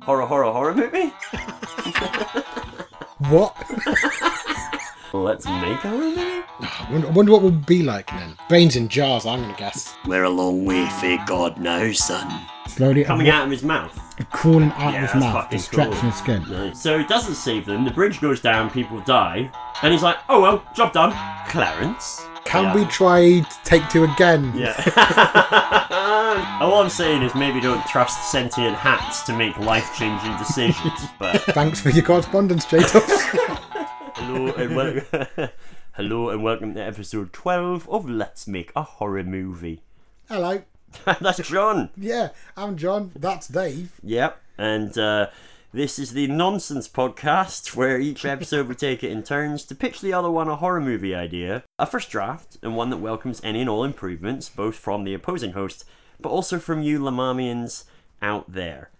horror, horror, horror movie? What? Let's make a horror movie? I wonder, I wonder what would be like then. Brains in jars, I'm going to guess. We're a long way, fae God, now, son. Slowly Coming out of his mouth. crawling out of Yeah, his that's mouth, fucking distraction cool. his skin. No. So he doesn't save them, the bridge goes down, people die, and he's like, oh well, job done. Clarence. Can Yeah. we try take two again? Yeah. All I'm saying is maybe don't trust sentient hats to make life changing decisions, but. Thanks for your correspondence, Jadov. Hello and welcome. Hello and welcome to episode 12 of Let's Make a Horror Movie. Hello. That's John. Yeah, I'm John. That's Dave. Yep. And uh, this is the Nonsense Podcast, where each episode we take it in turns to pitch the other one a horror movie idea, a first draft, and one that welcomes any and all improvements, both from the opposing host, but also from you Lamamians out there.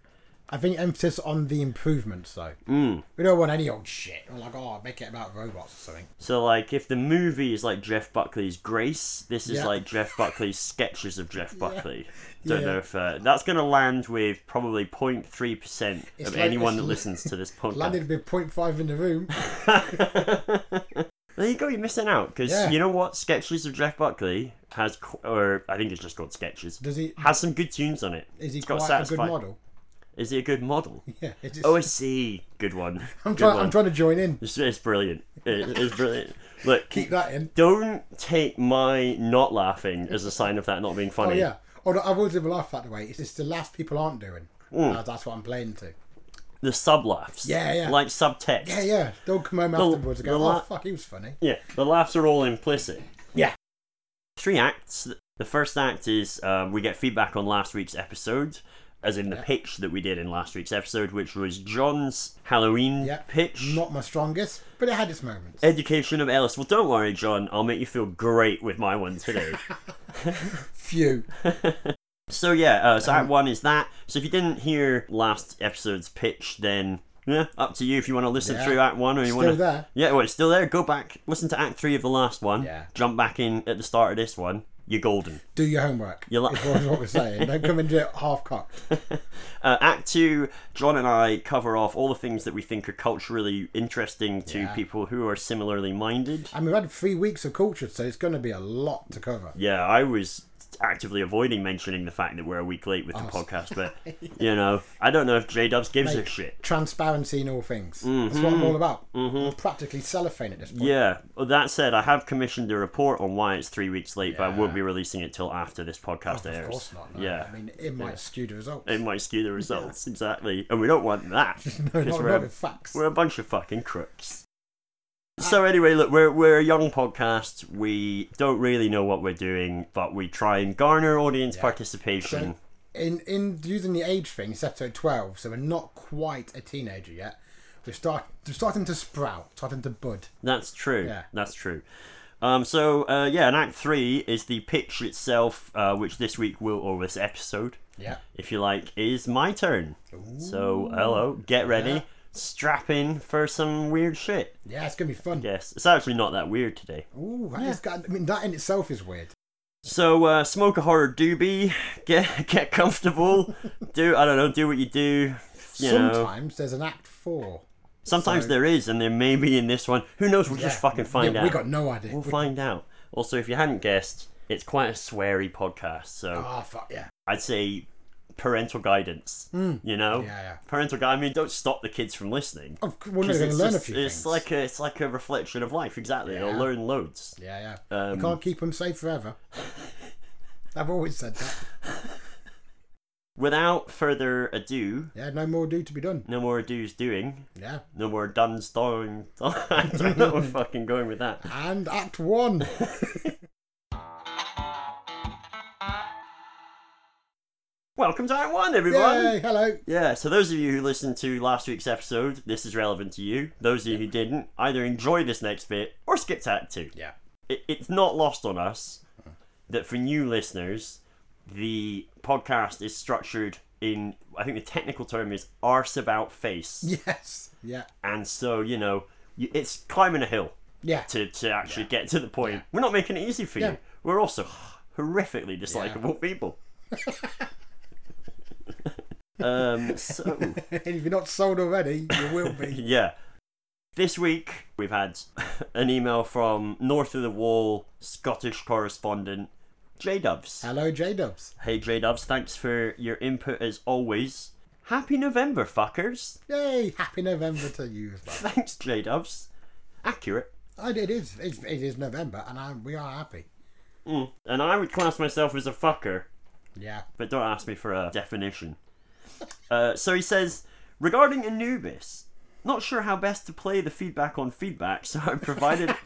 I think emphasis on the improvements, though. Mm. We don't want any old shit. We're like, oh, make it about robots or something. So, like, if the movie is like Jeff Buckley's Grace, this is Yeah. like Jeff Buckley's sketches of Jeff Buckley. Don't Yeah. know if uh, that's going to land with probably 0.3% It's of like- anyone that it's- listens to this podcast. Landed with 0.5 in the room. There you go, you're missing out because Yeah. you know what? Sketches of Jeff Buckley has, qu- or I think it's just called Sketches, Does he? has some good tunes on it. Is he It's got quite a good satisfying- model? Is he a good model? Yeah. It's just, Oh, I see. Good one. I'm Good trying. one. I'm trying to join in. It's, it's brilliant. It- it's brilliant. Look, Keep that in. don't take my not laughing as a sign of that not being Oh funny. yeah. Oh, no, I've always lived my life that way. It's just the last people aren't doing. Hmm. Uh, that's what I'm playing to. The sub laughs. Yeah, yeah. Like subtext. Yeah, yeah. They'll come home afterwards and the go, la- "Oh fuck, he was funny." Yeah, the laughs are all implicit. Yeah. Three acts. The first act is um, we get feedback on last week's episode, as in the Yeah. pitch that we did in last week's episode, which was John's Halloween Yeah. pitch. Not my strongest, but it had its moments. Education of Ellis. Well, don't worry, John. I'll make you feel great with my one today. Few. so yeah, uh, Um, so act one is that. So if you didn't hear last episode's pitch, then yeah, up to you if you want to listen Yeah. through act one or you Still want to. there. Yeah, well, it's still there. Go back, listen to act three of the last one. Yeah. Jump back in at the start of this one. You're golden. Do your homework. You're like- is what, is what we're saying. Don't come and do it half cocked. Uh, Act two, John and I cover off all the things that we think are culturally interesting to Yeah. people who are similarly minded. And we've had three weeks of culture, so it's going to be a lot to cover. Yeah, I was actively avoiding mentioning the fact that we're a week late with the podcast, but you know, I don't know if J Dubs gives a Oh, Mate, shit. Mm-hmm. Transparency in all things. That's what I'm all about. I'm practically cellophane at this point. Yeah. Well, that said, I have commissioned a report on why it's three weeks late, but I won't be releasing it till after this podcast airs. Oh, Of course not. No. Yeah. I mean, it might skew the results. it might skew the results exactly, and we don't want that. no, 'cause not, we're not a- with facts. We're a bunch of fucking crooks. Uh, So anyway, look, we're we're a young podcast. We don't really know what we're doing, but we try and garner audience participation. So- in in using the age thing, it's episode twelve, so we're not quite a teenager yet. We're start we're starting to sprout, starting to bud. That's true. Yeah. That's true. Um, so uh, yeah, and Act Three is the pitch itself, uh, which this week will or this episode, Yeah. if you like, is my turn. So hello, get ready, Yeah. strap in for some weird shit. Yeah, it's gonna be fun. Yes, it's actually not that weird today. Ooh, that is got, I mean that in itself is weird. So uh, smoke a horror doobie, get get comfortable, do I don't know, do what you do. You know, Sometimes there's an act four. sometimes so- there is, and there may be in this one. Who knows? We'll Yeah. just fucking find Yeah, out. We got no idea. We'll We- find out. Also, if you hadn't guessed, it's quite a sweary podcast, so Ah, fuck yeah. I'd say parental guidance. You know, Hmm. Yeah, yeah. parental guidance. I mean, don't stop the kids from listening. Of course, we're 'Cause going to it's learn a just- few it's things. like a it's like a reflection of life. Exactly, they'll Yeah. learn loads. yeah, yeah. Um, you can't keep them safe forever. I've always said that. Without further ado, Yeah, no more do to be done. no more ado's doing. Yeah. No more Duns doing. I don't know where fucking going with that. And act one. Welcome to Act One, everyone. Yay, hello. Yeah. So those of you who listened to last week's episode, this is relevant to you. Those of you who didn't, either enjoy this next bit or skip to Act Two. Yeah. It, it's not lost on us that for new listeners, the podcast is structured in. I think the technical term is arse about face, Yes. Yeah. and so you know you, it's climbing a hill. Yeah. to, to actually get to the point. We're not making it easy for Yeah. you. We're also horrifically dislikable people. Um, so, if you're not sold already, you will be. yeah. This week, we've had an email from North of the Wall Scottish correspondent J Dubs. Hello, J Dubs. Hey, J Dubs, thanks for your input as always. Happy November, fuckers. Yay! Happy November to you as well. Thanks, J Dubs. Accurate. I- It is. It's, it is November, and I, we are happy. Mm. And I would class myself as a fucker. Yeah. but don't ask me for a definition. Uh, so he says regarding Anubis, not sure how best to play the feedback on feedback, so I provided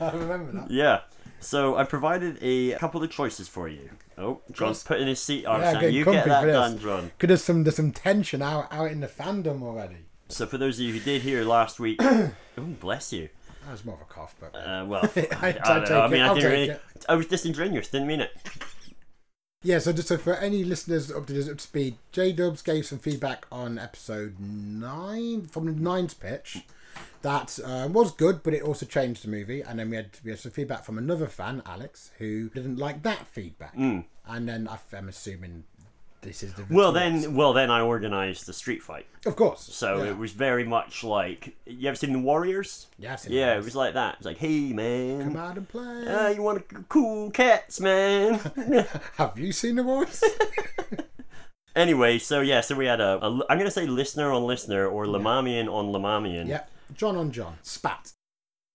I remember that. yeah. So I provided a couple of choices for you. Oh, John's putting his seat on. Yeah, so get you get comfy that for this. done, John. Could there's some there's some tension out out in the fandom already. So for those of you who did hear last week, oh bless you. That was more of a cough, but Uh, well, I, I don't know. take I it, mean, I I'll didn't take really. it. I was disingenuous. Didn't mean it. yeah. So just so for any listeners up to up to speed, J Dubs gave some feedback on episode nine from the nines pitch. That uh, was good, but it also changed the movie. And then we had we had some feedback from another fan, Alex, who didn't like that feedback. And then I- I'm assuming this is the Mm. Well then, well then, I organised the street fight. of course. So yeah. it was very much like you ever seen the Warriors? Yeah, I've seen Yeah, that. it was like that. It's like, hey Come man, out and play. uh, you want to cool cats, man? Have you seen the voice? anyway, so yeah, so we had a, a I'm gonna say listener on listener or Lamamian on Lamamian. yeah. John on John. Spat.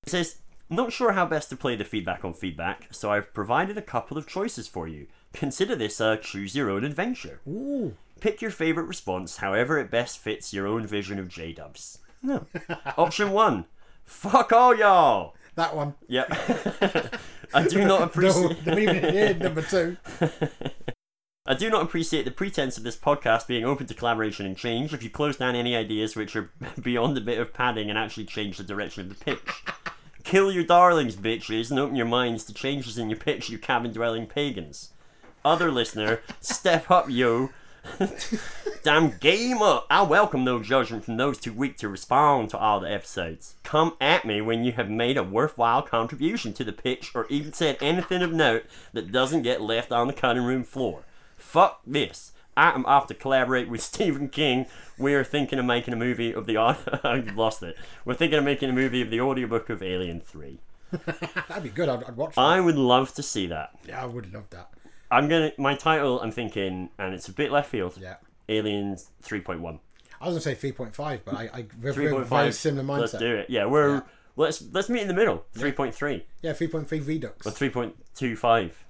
It says, not sure how best to play the feedback on feedback, so I've provided a couple of choices for you. Consider this a choose your own adventure. Ooh. Pick your favorite response, however it best fits your own vision of J Dubs. No. Option one. Fuck all y'all. That one. Yep. I do not appreciate. No, leave it in number two. I do not appreciate the pretense of this podcast being open to collaboration and change if you close down any ideas which are beyond a bit of padding and actually change the direction of the pitch. Kill your darlings, bitches, and open your minds to changes in your pitch, you cabin dwelling pagans. Other listener, step up, yo. Damn game up! I welcome no judgment from those too weak to respond to all the episodes. Come at me when you have made a worthwhile contribution to the pitch or even said anything of note that doesn't get left on the cutting room floor. Fuck this. I am off to collaborate with Stephen King. We are thinking of making a movie of the. au- I've lost it. We're thinking of making a movie of the audiobook of Alien 3. That'd be good. I'd, I'd watch. That. I would love to see that. Yeah, I would love that. I'm gonna. My title, I'm thinking, and it's a bit left field Yeah. Aliens 3.1. I was gonna say three point five, but I, I we're, Three we're point very five. similar Let's mindset. do it. Yeah, we're Yeah. let's let's meet in the middle. Three point three Yeah, three point three redux. or three point two five.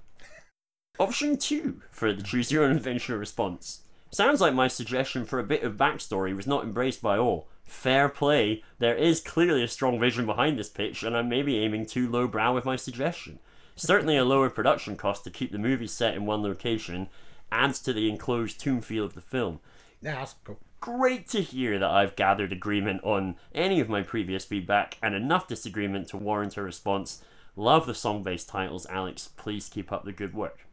Option two for the choose your own adventure response. Sounds like my suggestion for a bit of backstory was not embraced by all. Fair play. There is clearly a strong vision behind this pitch, and I may be aiming too lowbrow with my suggestion. Certainly, a lower production cost to keep the movie set in one location adds to the enclosed tomb feel of the film Yeah, that's cool. great to hear that I've gathered agreement on any of my previous feedback and enough disagreement to warrant a response. Love the song based titles, Alex. Please keep up the good work.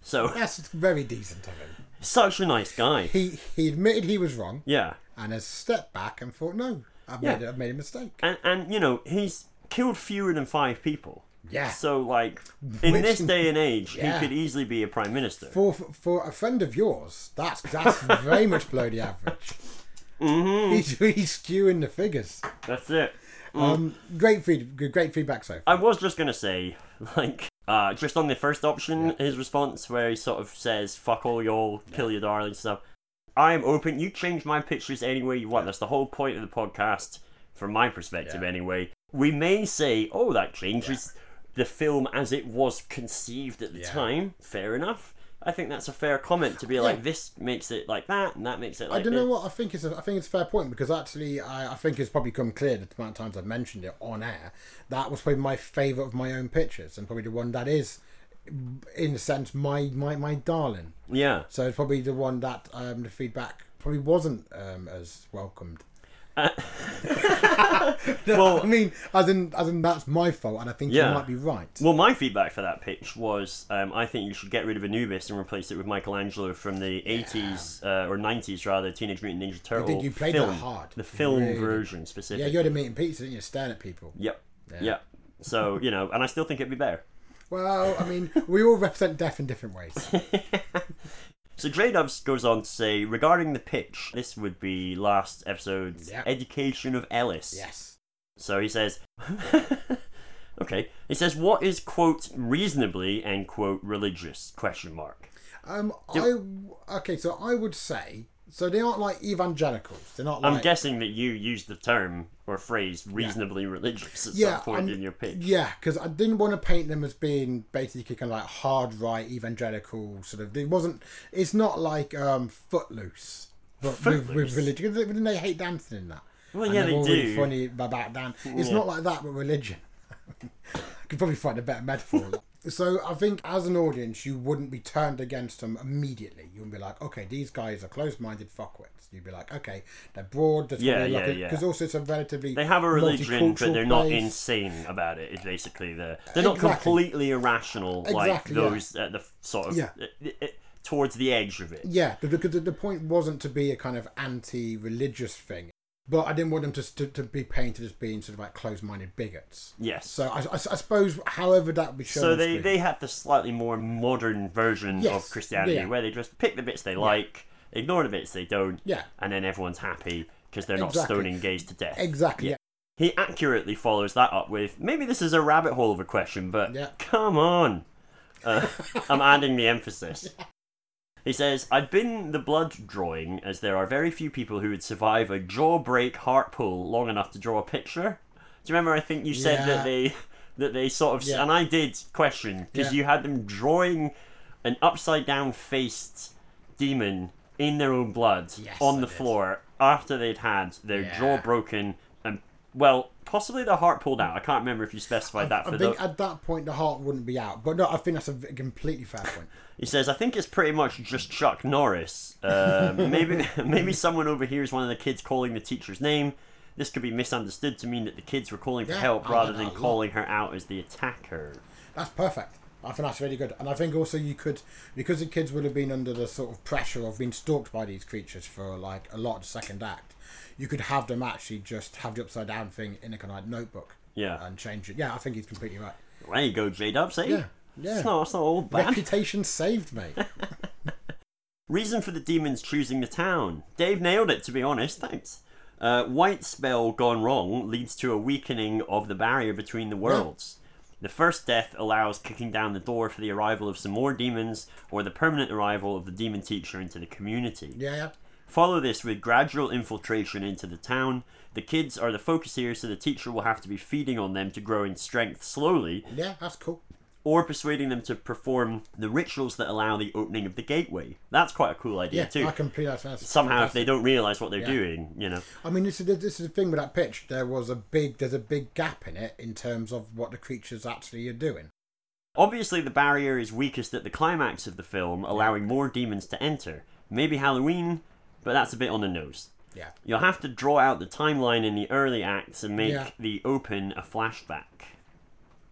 So, Yes, it's very decent of him. such a nice guy. He he admitted he was wrong Yeah. and has stepped back and thought, no, I've Yeah. made I've made a mistake. And, and, you know, he's killed fewer than five people. Yeah. So, like, in Which- this day and age, he Yeah. could easily be a prime minister. For for a friend of yours, that's that's very much below the average. Mm-hmm. He's, he's skewing the figures. That's it. Um, great feed, great feedback so far. I was just gonna say, like, uh, just on the first option, his response where he sort of says, "Fuck all y'all, kill your darling stuff." I am open. You change my pictures any way you want. That's the whole point of the podcast, from my perspective, Yeah. anyway. We may say, "Oh, that changes the film as it was conceived at the Yeah. time." Fair enough. I think that's a fair comment to be like, Yeah. "This makes it like that, and that makes it like." I don't this." know what I think is. A, I think it's a fair point because actually, I, I think it's probably come clear the amount of times I've mentioned it on air. That was probably my favourite of my own pictures, and probably the one that is, in a sense, my my my darling. Yeah. So it's probably the one that um, the feedback probably wasn't um, as welcomed. Uh, Well, I mean, as in, as in that's my fault, and I think Yeah. you might be right. Well, my feedback for that pitch was um, I think you should get rid of Anubis and replace it with Michelangelo from the 80s uh, or 90s rather, Teenage Mutant Ninja Turtle. did, you played that film, hard. The film Really. version yeah, specifically. you had a meeting pizza, didn't you? Staring at people. Yep. Yep. So, you know, and I still think it'd be better. Well, I mean, we all represent death in different ways. So J Dubs goes on to say regarding the pitch, this would be last episode's Yeah. Education of Ellis. Yes. So he says, okay. He says, what is quote reasonably end quote religious question mark? Um, Yep. I okay, so I would say so they aren't like evangelicals. They're not. I'm like, guessing that you used the term or phrase reasonably religious at Yeah, some point I'm- in your pitch. Yeah, because I didn't want to paint them as being basically kind of like hard right evangelical sort of. It wasn't. It's not like um Footloose, but With, Footloose? with religion. 'Cause Didn't they hate dancing in that? Well, And yeah, they're they all really do. Funny about dan. It's Yeah. not like that, but religion. I could probably find a better metaphor. so I think as an audience, you wouldn't be turned against them immediately. You would be like, okay, these guys are close-minded fuckwits. You'd be like, okay, they're broad. That's Yeah, what they yeah, like it- yeah. Because also it's a relatively They have a religion, but multicultural they're not place. insane about it. Is basically the they're not Exactly. completely irrational like Exactly, yeah. those at the sort of Yeah. uh, uh, towards the edge of it. Yeah, the, the, the point wasn't to be a kind of anti-religious thing, but I didn't want them to to, to be painted as being sort of like closed-minded bigots. Yes. So I, I, I suppose, however, that would be shown. So on they, screen. they have the slightly more modern version Yes, of Christianity yeah. where they just pick the bits they like, ignore the bits they don't, Yeah. and then everyone's happy because they're not Exactly. stoning gays to death. exactly. Yeah. He accurately follows that up with maybe this is a rabbit hole of a question, but Yeah. come on. Uh, I'm adding the emphasis. He says, I've been the blood drawing as there are very few people who would survive a jaw break heart pull long enough to draw a picture. Do you remember I think you said Yeah. that they that they sort of Yeah. and I did question because Yeah. you had them drawing an upside down faced demon in their own blood Yes, on I the did. floor after they'd had their jaw Yeah. broken and well possibly their heart pulled out. I can't remember if you specified that for I those. think at that point the heart wouldn't be out, but no, I think that's a v- completely fair point. He says, "I think it's pretty much just Chuck Norris. Uh, maybe, maybe someone overhears one of the kids calling the teacher's name. This could be misunderstood to mean that the kids were calling for Yeah, help I rather like than that a lot. calling her out as the attacker." That's perfect. I think that's really good, and I think also you could because the kids would have been under the sort of pressure of being stalked by these creatures for like a lot of the second act. You could have them actually just have the upside down thing in a kind of like notebook. Yeah. and change it. Yeah, I think he's completely right. There you go, J Dubs. Eh? Yeah, yeah. It's not, it's not all bad. Reputation saved, mate. Reason for the demons choosing the town. Dave nailed it, to be honest. Thanks. Uh, white spell gone wrong leads to a weakening of the barrier between the worlds. The first death allows kicking down the door for the arrival of some more demons or the permanent arrival of the demon teacher into the community. Yeah, yeah. Follow this with gradual infiltration into the town. The kids are the focus here, so the teacher will have to be feeding on them to grow in strength slowly Yeah, that's cool. or persuading them to perform the rituals that allow the opening of the gateway. That's quite a cool idea Yeah, too. I completely understand. Somehow, if they don't realize what they're Yeah. doing, you know. I mean, this is this is the thing with that pitch. There was a big, there's a big gap in it in terms of what the creatures actually are doing. Obviously, the barrier is weakest at the climax of the film, allowing more demons to enter. Maybe Halloween, but that's a bit on the nose. Yeah, You'll have to draw out the timeline in the early acts and make Yeah. the open a flashback.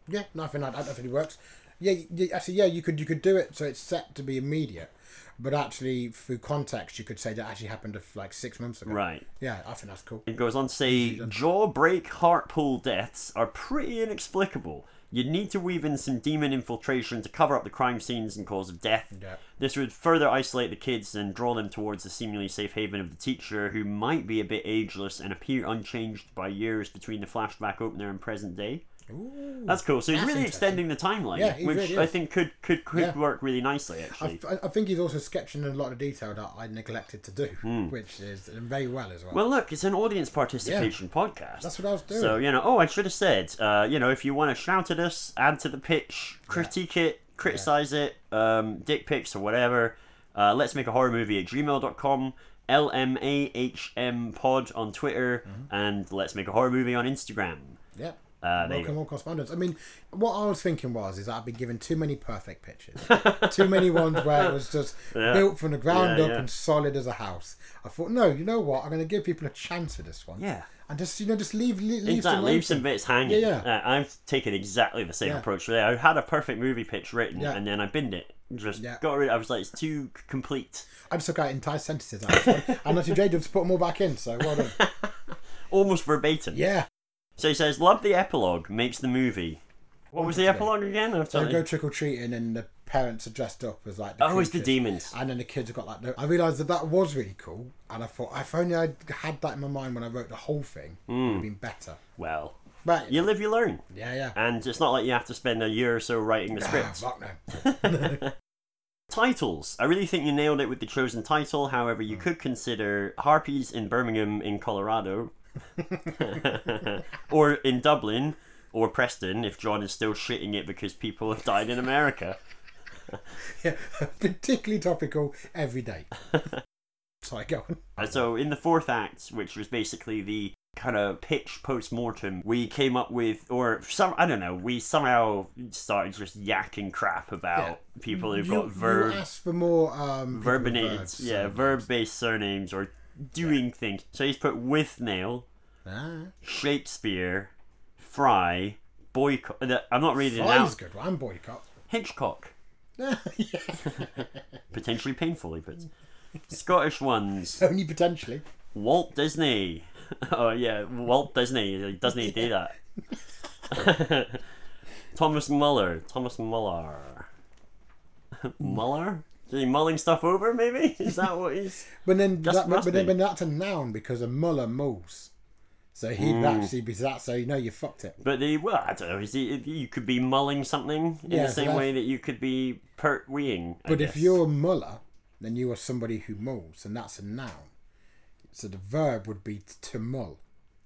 yeah. Nothing like that definitely works. Yeah, yeah, actually, yeah. You could you could do it so it's set to be immediate, but actually through context, you could say that actually happened of, like six months ago. Right. Yeah, I think that's cool. It goes on to say jawbreak heart pull deaths are pretty inexplicable. You'd need to weave in some demon infiltration to cover up the crime scenes and cause of death. Yeah. This would further isolate the kids and draw them towards the seemingly safe haven of the teacher, who might be a bit ageless and appear unchanged by years between the flashback opener and present day. Ooh. That's cool. So he's That's really interesting. extending the timeline, Yeah, he which really I is. think could could, could Yeah. work really nicely. I, Actually, I- I think he's also sketching in a lot of detail that I neglected to do, which is and very well as well. Well, look, it's an audience participation podcast. That's what I was doing. So you know, oh, I should have said, uh, you know, if you want to shout at us, add to the pitch, critique it, criticize it, um, dick pics or whatever. Uh, let's make a horror movie at gmail.com, lmahm pod on Twitter, Mm-hmm. and let's make a horror movie on Instagram. Yeah. Uh, there you Welcome all correspondence. I mean, what I was thinking was is that I've been given too many perfect pitches, too many ones where it was just Yeah. built from the ground Yeah, up yeah. and solid as a house. I thought, no, you know what? I'm going to give people a chance with this one. Yeah. and just you know, just leave leave, leave Exactly. some Leave some open. bits hanging. Yeah, yeah. Uh, I've taken exactly the same Yeah. approach. There, I had a perfect movie pitch written, Yeah. and then I binned it. Just Yeah. got rid. I was like, it's too c- complete. I just took out entire sentences. out of this one. and actually, J Dubs put them all back in. So well done. almost verbatim. yeah, So he says, "Love the epilogue, makes the movie." What was the epilogue again? I've They totally- go trick or treating, and the parents are dressed up as like. Oh, it's the creatures. Ah. demons. And then the kids have got like. no- I realised that that was really cool, and I thought if only I had that in my mind when I wrote the whole thing, it would have been better. Well, But you live, you learn. yeah, yeah. Mm. And it's not like you have to spend a year or so writing the Ah, script. fuck no. Titles. I really think you nailed it with the chosen title. However, you could consider Harpies in Birmingham, in Colorado, or in Dublin, or Preston if John is still shitting it because people have died in America. Yeah, particularly topical every day. Sorry, go on. And Uh, so, in the fourth act, which was basically the kind of pitch post mortem, we came up with, or some, I don't know, we somehow started just yakking crap about Yeah. people who've you, got verb. You asked for more um, people with verbinated, verbs, yeah, so- verb-based surnames or doing things. So he's put with nail, Ah, Shakespeare, Fry, Boycott. uh, I'm not reading it Fry's out. good. I'm boycott. Hitchcock, yeah. potentially painfully, but Scottish ones. Only potentially. Walt Disney. oh yeah, Walt Disney. He doesn't even do that. Thomas Muller. Thomas Muller. Muller. Is he mulling stuff over? Maybe is that what he's? But then, Just that, but, must then be. but that's a noun because a muller mulls. So he'd Mm. actually be that. So you know you fucked it. But the well, I don't know. Is it, you could be mulling something in Yeah, the so same that's- way that you could be pert weeing. I But guess. if you're a muller, then you are somebody who mulls, and that's a noun. So the verb would be to mull.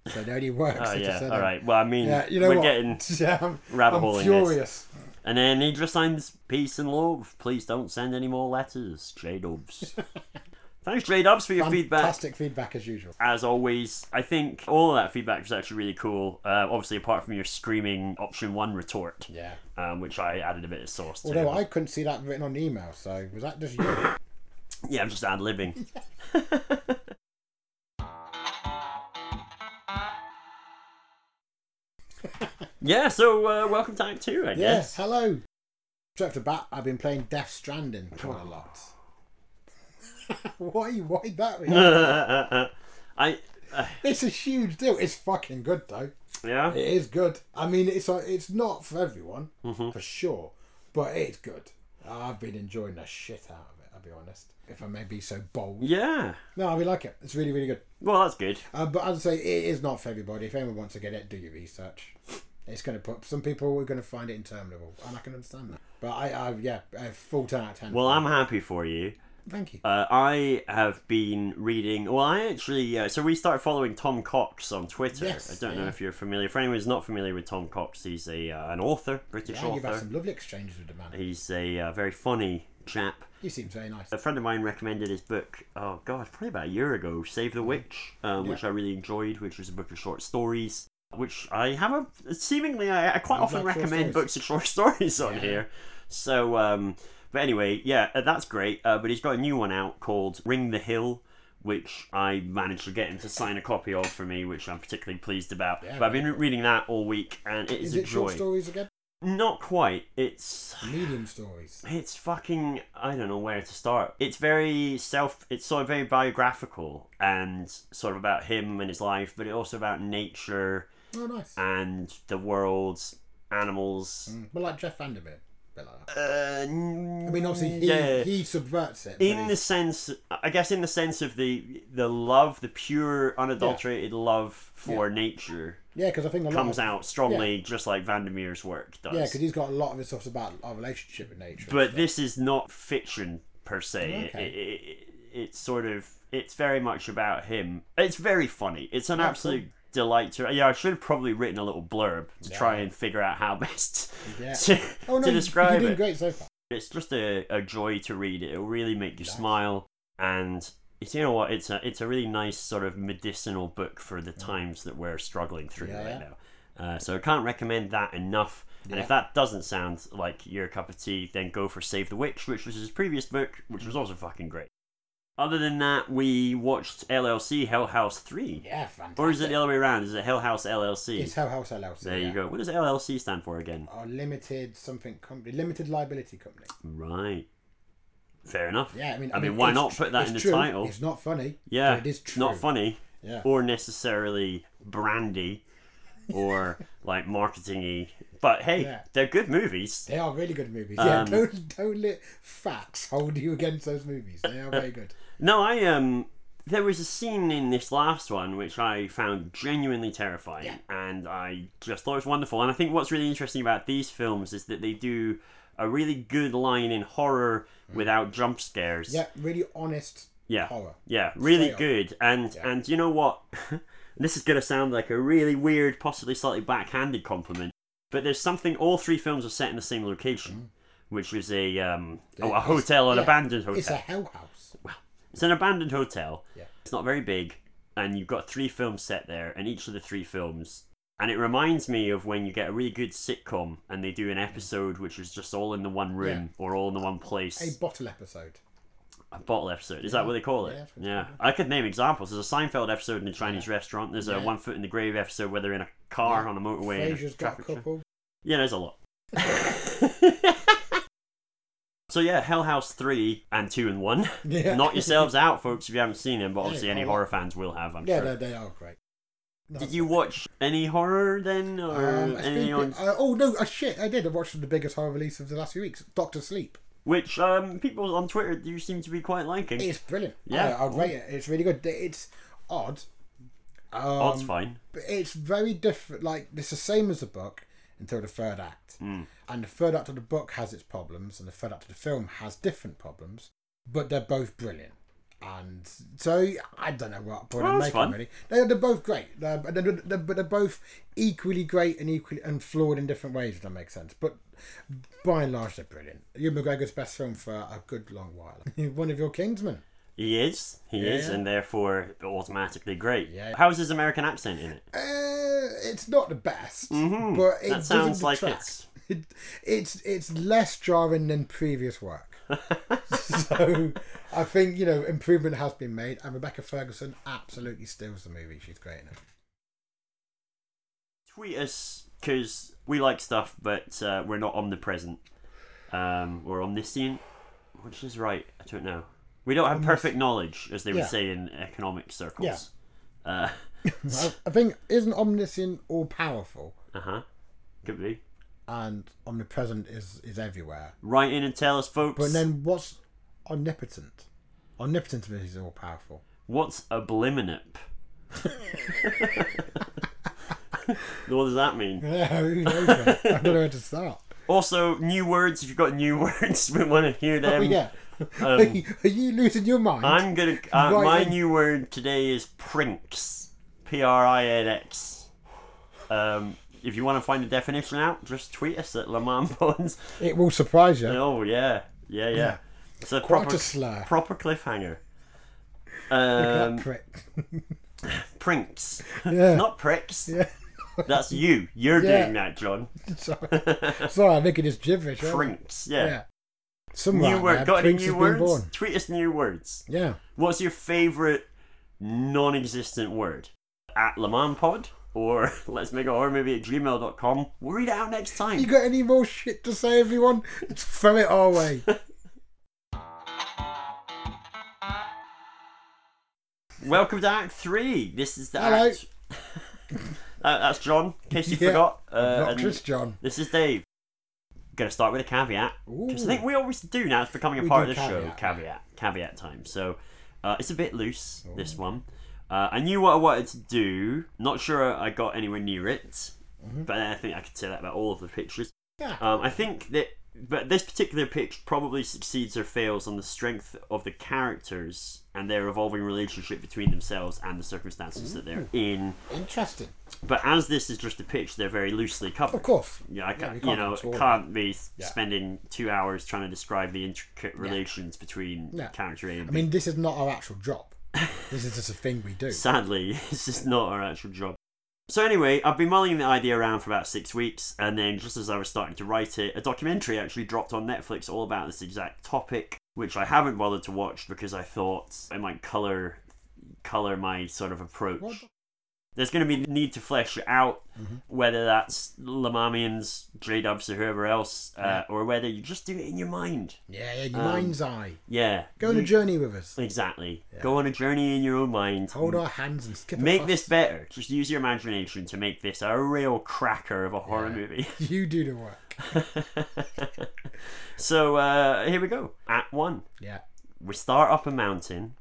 So it only works. oh if you yeah, said all that. right. Well, I mean, Yeah, you know we're what? getting. Yeah, I'm, rabbit I'm hole in this. furious. And then he just signs peace and love. Please don't send any more letters, J Dubs. Thanks, J Dubs, for your feedback. Fantastic feedback as usual. As always, I think all of that feedback was actually really cool. Uh, obviously, apart from your screaming option one retort, Yeah. um, which I added a bit of sauce to. Although I couldn't see that written on email, so was that just you? Yeah, I'm just ad libbing. yeah, so uh, welcome to Act 2, I yes. guess. Hello. Straight off the bat, I've been playing Death Stranding quite a lot. why? Why that? reaction? I. Uh, it's a huge deal. It's fucking good though. yeah? It is good. I mean, it's uh, it's not for everyone Mm-hmm. for sure, but it's good. I've been enjoying the shit out of it. I'll be honest, if I may be so bold. Yeah. No, I really like it. It's really, really good. Well, that's good. Uh, but as I say, it is not for everybody. If anyone wants to get it, do your research. It's going to put some people are going to find it interminable, and I can understand that. But I, I yeah, a full ten out of ten. Well, I'm happy for you. thank you. Uh, I have been reading. Well, I actually. Uh, so we started following Tom Cox on Twitter. Yes, I don't know yeah. if you're familiar. For anyone who's not familiar with Tom Cox, he's a uh, an author, British yeah, you've had author. some lovely exchanges with the man. He's a uh, very funny chap. He seems very nice. a friend of mine recommended his book oh god probably about a year ago save Mm. the witch um, which i really enjoyed which was a book of short stories which i have a seemingly i, I quite You often like short recommend stories. books of short stories on Yeah. here so um, but anyway yeah uh, that's great uh, but he's got a new one out called ring the hill which I managed to get him to sign a copy of for me, which I'm particularly pleased about. Yeah, but I've been reading that all week, and it is, Is a it joy. short stories again? Not quite. It's Medium stories. it's fucking. I don't know where to start. It's very self. It's sort of very biographical and sort of about him and his life, but it also about nature Oh, nice. and the world, animals. Mm, Well, like Jeff Vandermeer. Bit like that. Uh, I I mean, mean, obviously, he, he subverts it. but in the he's- sense, I guess, in the sense of the the love, the pure, unadulterated love for nature yeah, because I think a lot comes of, out strongly, just like Vandermeer's work does. Yeah, because he's got a lot of his stuff about our relationship with nature. and but stuff. this is not fiction per se. Oh, Okay. It, it, it, it's sort of it's very much about him. It's very funny. It's an absolute delight to. Yeah, I should have probably written a little blurb to try and figure out how best Yeah. to, oh no, to you- you're describe doing it. great so far. It's just a, a joy to read. It'll really make you smile and. It's, you know what? It's a it's a really nice sort of medicinal book for the times that we're struggling through Mm. Yeah, right yeah. now. Uh, so I can't recommend that enough. And if that doesn't sound like your cup of tea, then go for Save the Witch, which was his previous book, which was also fucking great. Other than that, we watched LLC Hell House Three, Yeah, fantastic. or is it the other way around? Is it Hell House LLC? It's Hell House LLC. there yeah. you go. What does LLC stand for again? Or limited something company, limited liability company. Right. Fair enough. Yeah, I mean, I mean, why it's not tr- put that it's in the true. title? It's not funny. Yeah, but it is true. not funny Yeah, or necessarily brandy. or like marketingy. But hey, Yeah. they're good movies. They are really good movies. Yeah, Um, don't, don't let facts hold you against those movies. They are very good. No, I um there was a scene in this last one which I found genuinely terrifying and I just thought it was wonderful. And I think what's really interesting about these films is that they do a really good line in horror Mm. without jump scares. Yeah, really honest Yeah. horror. Yeah, really up. good. And and you know what? this is going to sound like a really weird, possibly slightly backhanded compliment, but there's something all three films are set in the same location, which is a um oh, a It's- hotel, an Mm-hmm. yeah, abandoned hotel. It's a hell house. It's an abandoned hotel. Yeah. It's not very big, and you've got three films set there, and each of the three films. And it reminds me of when you get a really good sitcom and they do an Mm-hmm. episode which is just all in the one room or all in the one place. A bottle episode. A bottle episode. Is that what they call it? Yeah, Yeah. that's what they I could name examples. There's a Seinfeld episode in a Chinese restaurant. There's a Yeah. One Foot in the Grave episode where they're in a car Yeah. on a motorway. and a Frasier's got a traffic jam. couple. Yeah, there's a lot. so yeah, Hell House three and two and one. Yeah. Knock yourselves out, folks, if you haven't seen them. But Hey, obviously, any oh, horror fans will have. I'm Yeah, sure. no, they are great. No, Did you watch any horror then, or Um, any speaking, on uh, oh no! Uh, shit, I did. I watched the biggest horror release of the last few weeks, Doctor Sleep. which um, people on Twitter do seem to be quite liking? It's brilliant. Yeah. I, would rate it. It's really good. It's odd. Um, Odd's fine. but it's very different. Like it's the same as the book until the third act, Mm. and the third act of the book has its problems, and the third act of the film has different problems, but they're both brilliant. And so I don't know what point Well, I'm that's making. fun. Really, they're, they're both great, they're, but they're, they're- but they're both equally great and equally and flawed in different ways. If that makes sense, but by and large, they're brilliant. Ewan McGregor's best film for a good long while. One of your Kingsmen. He is, he is, Yeah. and therefore automatically great. Yeah. How's his American accent in it? Uh, it's not the best, but it That doesn't sounds like detract. it's- It, it's it's less jarring than previous work. so I think you know improvement has been made, and Rebecca Ferguson absolutely steals the movie. She's great in it. Tweet us because we like stuff, but uh, we're not omnipresent. Um, we're omniscient, which is right. I don't know. We don't have perfect knowledge, as they would Yeah. say in economic circles. Uh I, I think isn't omniscient all powerful, huh. Could be. and omnipresent is is everywhere. Write in and tell us, folks. But then what's omnipotent? Omnipotent is all powerful. What's a bliminip? what does that mean? Yeah, who knows? man? I don't know where to start. Also, new words. If you've got new words, we want to hear them. But Oh, yeah, are, um, you, are you losing your mind? I'm gonna. Uh, Right my in. new word today is prinks. P R I N X. Um, if you want to find a definition out, just tweet us at Lamont Bones. It will surprise you. Oh yeah, yeah, yeah. Yeah. It's a Quite proper a slur. proper cliffhanger. Um, prick. prinks, Yeah. not pricks. Yeah. That's you. You're Yeah. doing that, John. Sorry. Sorry, I'm making this gibberish. aren't I? Prinks. Yeah. Yeah. Some New rat word. lad Got any thinks he's new been words? born. Tweet us new words. Yeah. What's your favourite non existent word? At Pod or let's make a horror movie at gmail.com. We'll read it out next You time. got any more shit to say, everyone? Just throw it our way. Welcome to Act 3. This is the Hello. Act. Uh, that's John, in case you Yeah. forgot. Uh, Not and just John. this is Dave. Gonna start with a caveat. Because I Ooh. think we always do now, it's becoming a We part do of the show. caveat, yeah. Caveat. Caveat time. So uh, it's a bit loose, this Oh. one. Uh, I knew what I wanted to do. Not sure I got anywhere near it. Mm-hmm. But I think I could say that about all of the pictures. Yeah. Um, I think that, but this particular pitch probably succeeds or fails on the strength of the characters and their evolving relationship between themselves and the circumstances that Mm-hmm. they're in. Interesting. But as this is just a pitch, they're very loosely covered. Of course. Yeah, I we can't, you can't know, go into all of can't be s- Yeah. spending two hours trying to describe the intricate relations between No. character A and B. I mean, this is not our actual job. This is just a thing we do. Sadly, this is not our actual job. So anyway, I've been mulling the idea around for about six weeks, and then just as I was starting to write it, a documentary actually dropped on Netflix all about this exact topic, which I haven't bothered to watch because I thought it might color color my sort of approach. What? There's going to be need to flesh it out, Mm-hmm. whether that's Lamamians, J Dubs, or whoever else, uh, or whether you just do it in your mind. Yeah, yeah, your mind's eye. Yeah. Go on a Um, You- journey with us. Exactly. Go on a journey in your own mind. Hold our hands and skip. Make across. this better. Just use your imagination to make this a real cracker of a horror movie. You do the work. So uh, here we go. At one, Yeah. we start up a mountain.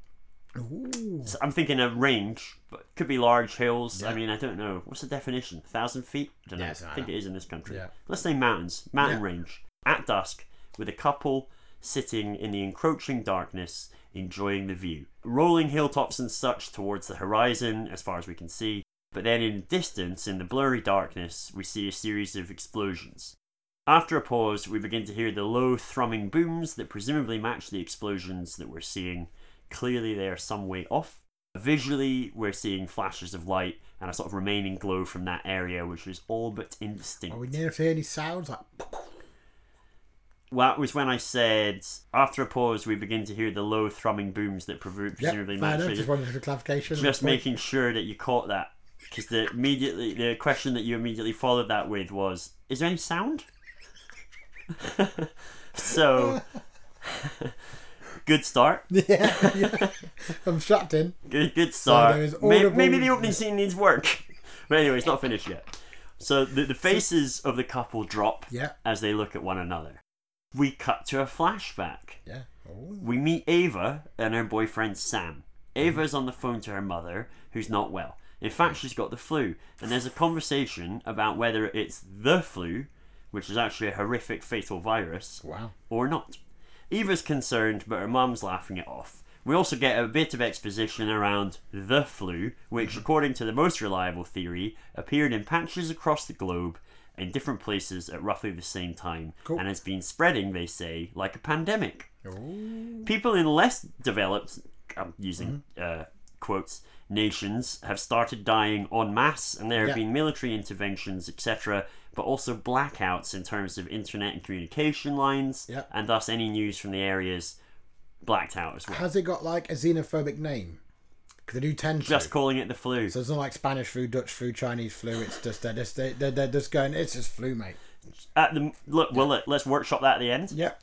Ooh. So I'm thinking a range, but could be large hills. I Yeah. mean, I don't know. What's the definition? A thousand feet? I don't know. Yeah, it's I think not- it is in this country. Yeah. Let's say mountains. Mountain Yeah. range. At dusk, with a couple sitting in the encroaching darkness, enjoying the view. Rolling hilltops and such towards the horizon, as far as we can see. But then in distance, in the blurry darkness, we see a series of explosions. After a pause, we begin to hear the low thrumming booms that presumably match the explosions that we're seeing. Clearly, they are some way off. Visually, we're seeing flashes of light and a sort of remaining glow from that area, which is all but indistinct. Are we near to hear any sounds like? Well, that was when I said, after a pause, we begin to hear the low thrumming booms that prevu- Yep, presumably fair match enough. the- Just wanted a clarification. just making sure that you caught that because the immediately the question that you immediately followed that with was is there any sound so good start Yeah, yeah. I'm strapped in. good, good start there is May- audible- maybe the opening scene needs work but anyway it's not finished yet so the, the faces of the couple drop Yeah. as they look at one another we cut to a flashback Yeah. Oh. Ooh. we meet Ava and her boyfriend Sam. Ava's on the phone to her mother, who's not well. In fact, she's got the flu, and there's a conversation about whether it's the flu, which is actually a horrific fatal virus, Wow. or not. Eva's concerned, but her mum's laughing it off. We also get a bit of exposition around the flu, which, according to the most reliable theory, appeared in patches across the globe in different places at roughly the same time Cool. and has been spreading, they say, like a pandemic. Ooh. People in less developed, I'm using Mm-hmm. uh, quotes, nations have started dying en masse, and there have Yeah. been military interventions, etc., but also blackouts in terms of internet and communication lines, Yeah. and thus any news from the areas blacked out as well. Has it got like a xenophobic name? Because they do tend to. Just calling it the flu. so it's not like Spanish flu, Dutch flu, Chinese flu. It's just they're just they're, they're just going. It's just flu, mate. At the look, well, let, let's workshop that at the end. Yep.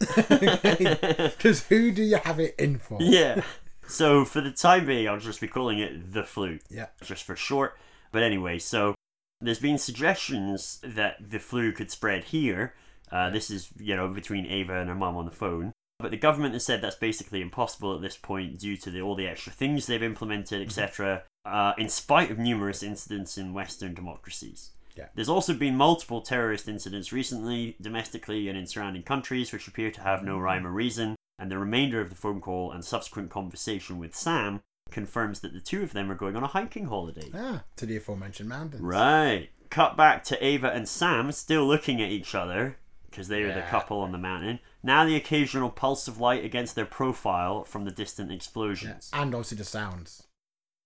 Because who do you have it in for? Yeah. so for the time being, I'll just be calling it the flu. Yeah. just for short. But anyway, so there's been suggestions that the flu could spread here. Uh, this is, you know, between Ava and her mum on the phone. But the government has said that's basically impossible at this point due to the, all the extra things they've implemented, etc., uh, in spite of numerous incidents in Western democracies. Yeah. There's also been multiple terrorist incidents recently, domestically and in surrounding countries, which appear to have no rhyme or reason. And the remainder of the phone call and subsequent conversation with Sam confirms that the two of them are going on a hiking holiday. Ah, to the aforementioned mountains. Right. Cut back to Ava and Sam still looking at each other because they were the Yeah. couple on the mountain. Now the occasional pulse of light against their profile from the distant Yeah, explosions. And obviously the sounds,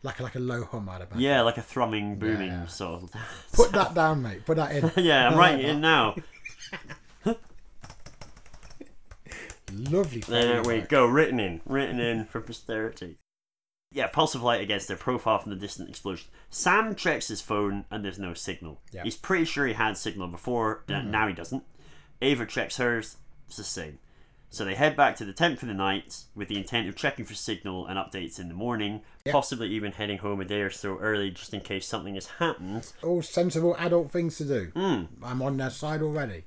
like like a low hum out of Yeah, like a thrumming, booming Yeah. sort of. Put that down, mate. Put that in. yeah, I'm I writing like it in now. that. Lovely. There phone we work. go. Written in. Written in for posterity. Yeah, pulse of light against their profile from the distant explosion. Sam checks his phone and there's no signal. Yeah. Mm-hmm. He's pretty sure he had signal before, n- now he doesn't. Ava checks hers, it's the same. So they head back to the tent for the night with the intent of checking for signal and updates in the morning, Yeah. possibly even heading home a day or so early just in case something has happened. All sensible adult things to do. Hmm. I'm on their side already.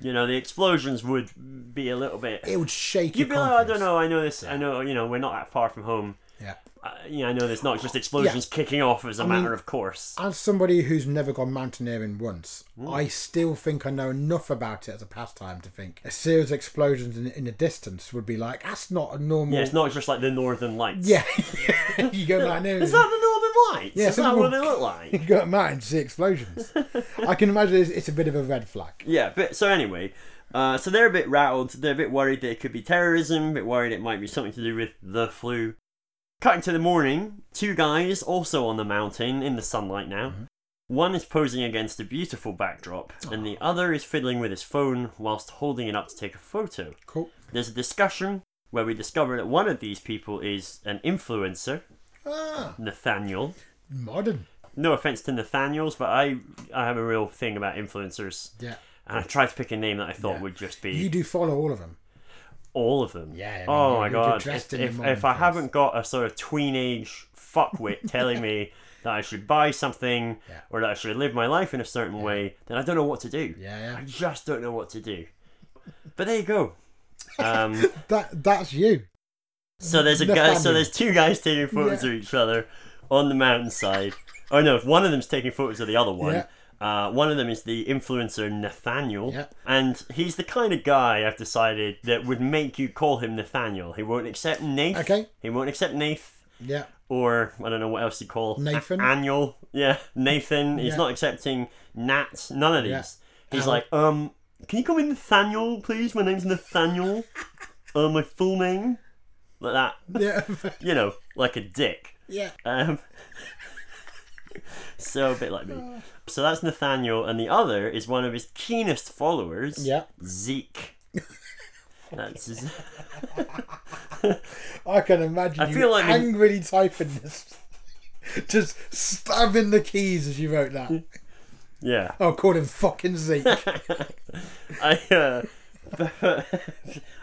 You know, the explosions would be a little bit. It would shake You'd your be like, "Oh, I don't confidence. know, I know this, I know, you know, we're not that far from home. Yeah. uh, yeah, I know there's not just explosions kicking off as a matter of course. As somebody who's never gone mountaineering once, Hmm. I still think I know enough about it as a pastime to think a series of explosions in, in the distance would be like that's not a normal. Yeah, it's not just like the Northern Lights. Yeah. you go mountaineering. Is that the Northern Lights? Yeah, Is that some what they people- look like? You go at mountain see explosions. I can imagine it's, it's a bit of a red flag. yeah, but so anyway, uh, so they're a bit rattled. They're a bit worried that it could be terrorism, a bit worried it might be something to do with the flu. Cutting to the morning, two guys also on the mountain in the sunlight now. One is posing against a beautiful backdrop, and the other is fiddling with his phone whilst holding it up to take a photo. Cool. There's a discussion where we discover that one of these people is an influencer, Ah, Nathaniel, modern. no offense to Nathaniels, but I I have a real thing about influencers, Yeah. and I tried to pick a name that I thought Yeah. would just be You do follow all of them. all of them. Yeah, I mean, oh you're- my you're god. dressed If, in the if, modern if I dress. haven't got a sort of tweenage fuckwit telling me that I should buy something Yeah. or that I should live my life in a certain way, then I don't know what to do. Yeah, I yeah. just don't know what to do. But there you go. Um, That that's you. so there's a The guy. So family. there's two guys taking photos Yeah. of each other on the mountainside. oh no, one of them's taking photos of the other one. Yeah. Uh, one of them is the influencer Nathaniel, Yeah. and he's the kind of guy I've decided that would make you call him Nathaniel. He won't accept Nath. Okay. He won't accept Nath. Yeah. Or I don't know what else you call Nathan. Annual, yeah, Nathan. He's Yeah. not accepting Nat. None of these. Yeah. Uh-huh. He's Al. like, um, can you call me Nathaniel, please? My name's Nathaniel. uh, my full name, like that Yeah. you know, like a dick. yeah. Um, so a bit like me. So that's Nathaniel, and the other is one of his keenest followers, Yeah. Zeke. That's his- I can imagine I you feel like- angrily typing this. Just stabbing the keys as you wrote that. yeah. Oh, call him fucking Zeke. I uh,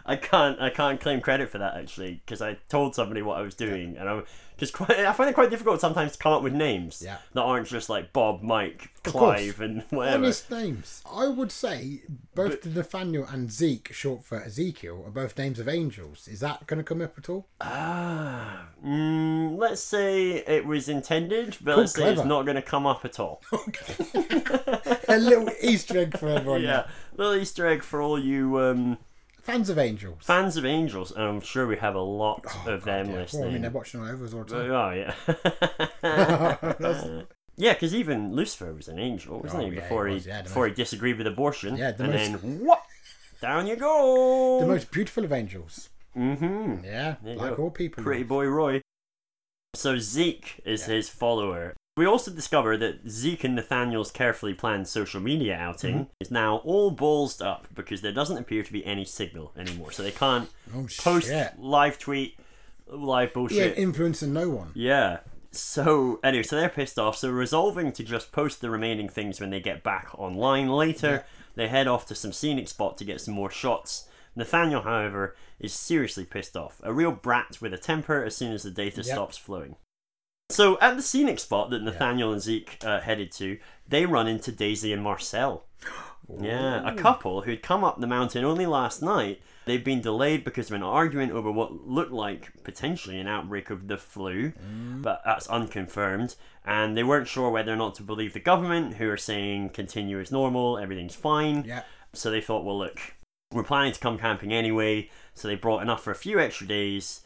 I can't I can't claim credit for that actually because I told somebody what I was doing and I'm just quite I find it quite difficult sometimes to come up with names Yeah. that aren't just like Bob, Mike, course. Clive, and whatever. Honest names. I would say both Nathaniel and Zeke, short for Ezekiel, are both names of angels. Is that going to come up at all? Ah, mm, let's say it was intended, but let's say it's clever. not going to come up at all. A little Easter egg for everyone. yeah, little Easter egg for all you um, Fans of angels. fans of Angels, and I'm sure we have a lot of them Oh, Yeah. Well, I mean, listening. they're watching all over us all the time. oh yeah, yeah, because even Lucifer was an angel, wasn't Oh, he? yeah, he Before he, was, yeah, the before he disagreed with abortion, Yeah, the and most- then what? Down you go. The most beautiful of angels. mm-hmm. Yeah, There you like go. all people. Pretty boy Roy. So Zeke is Yeah. his follower. We also discover that Zeke and Nathaniel's carefully planned social media outing Mm-hmm. is now all ballsed up because there doesn't appear to be any signal anymore. So they can't oh, post, shit. live tweet, live Yeah, bullshit. Yeah. influencing no one. So anyway, so they're pissed off. So resolving to just post the remaining things when they get back online later, they head off to some scenic spot to get some more shots. Nathaniel, however, is seriously pissed off. A real brat with a temper as soon as the data Yep. stops flowing. So at the scenic spot that Nathaniel and Zeke uh, headed to, they run into Daisy and Marcel. Yeah, a couple who'd come up the mountain only last night. They've been delayed because of an argument over what looked like potentially an outbreak of the flu, but that's unconfirmed. And they weren't sure whether or not to believe the government, who are saying continue as normal, everything's fine. Yeah. So they thought, well, look, we're planning to come camping anyway, so they brought enough for a few extra days.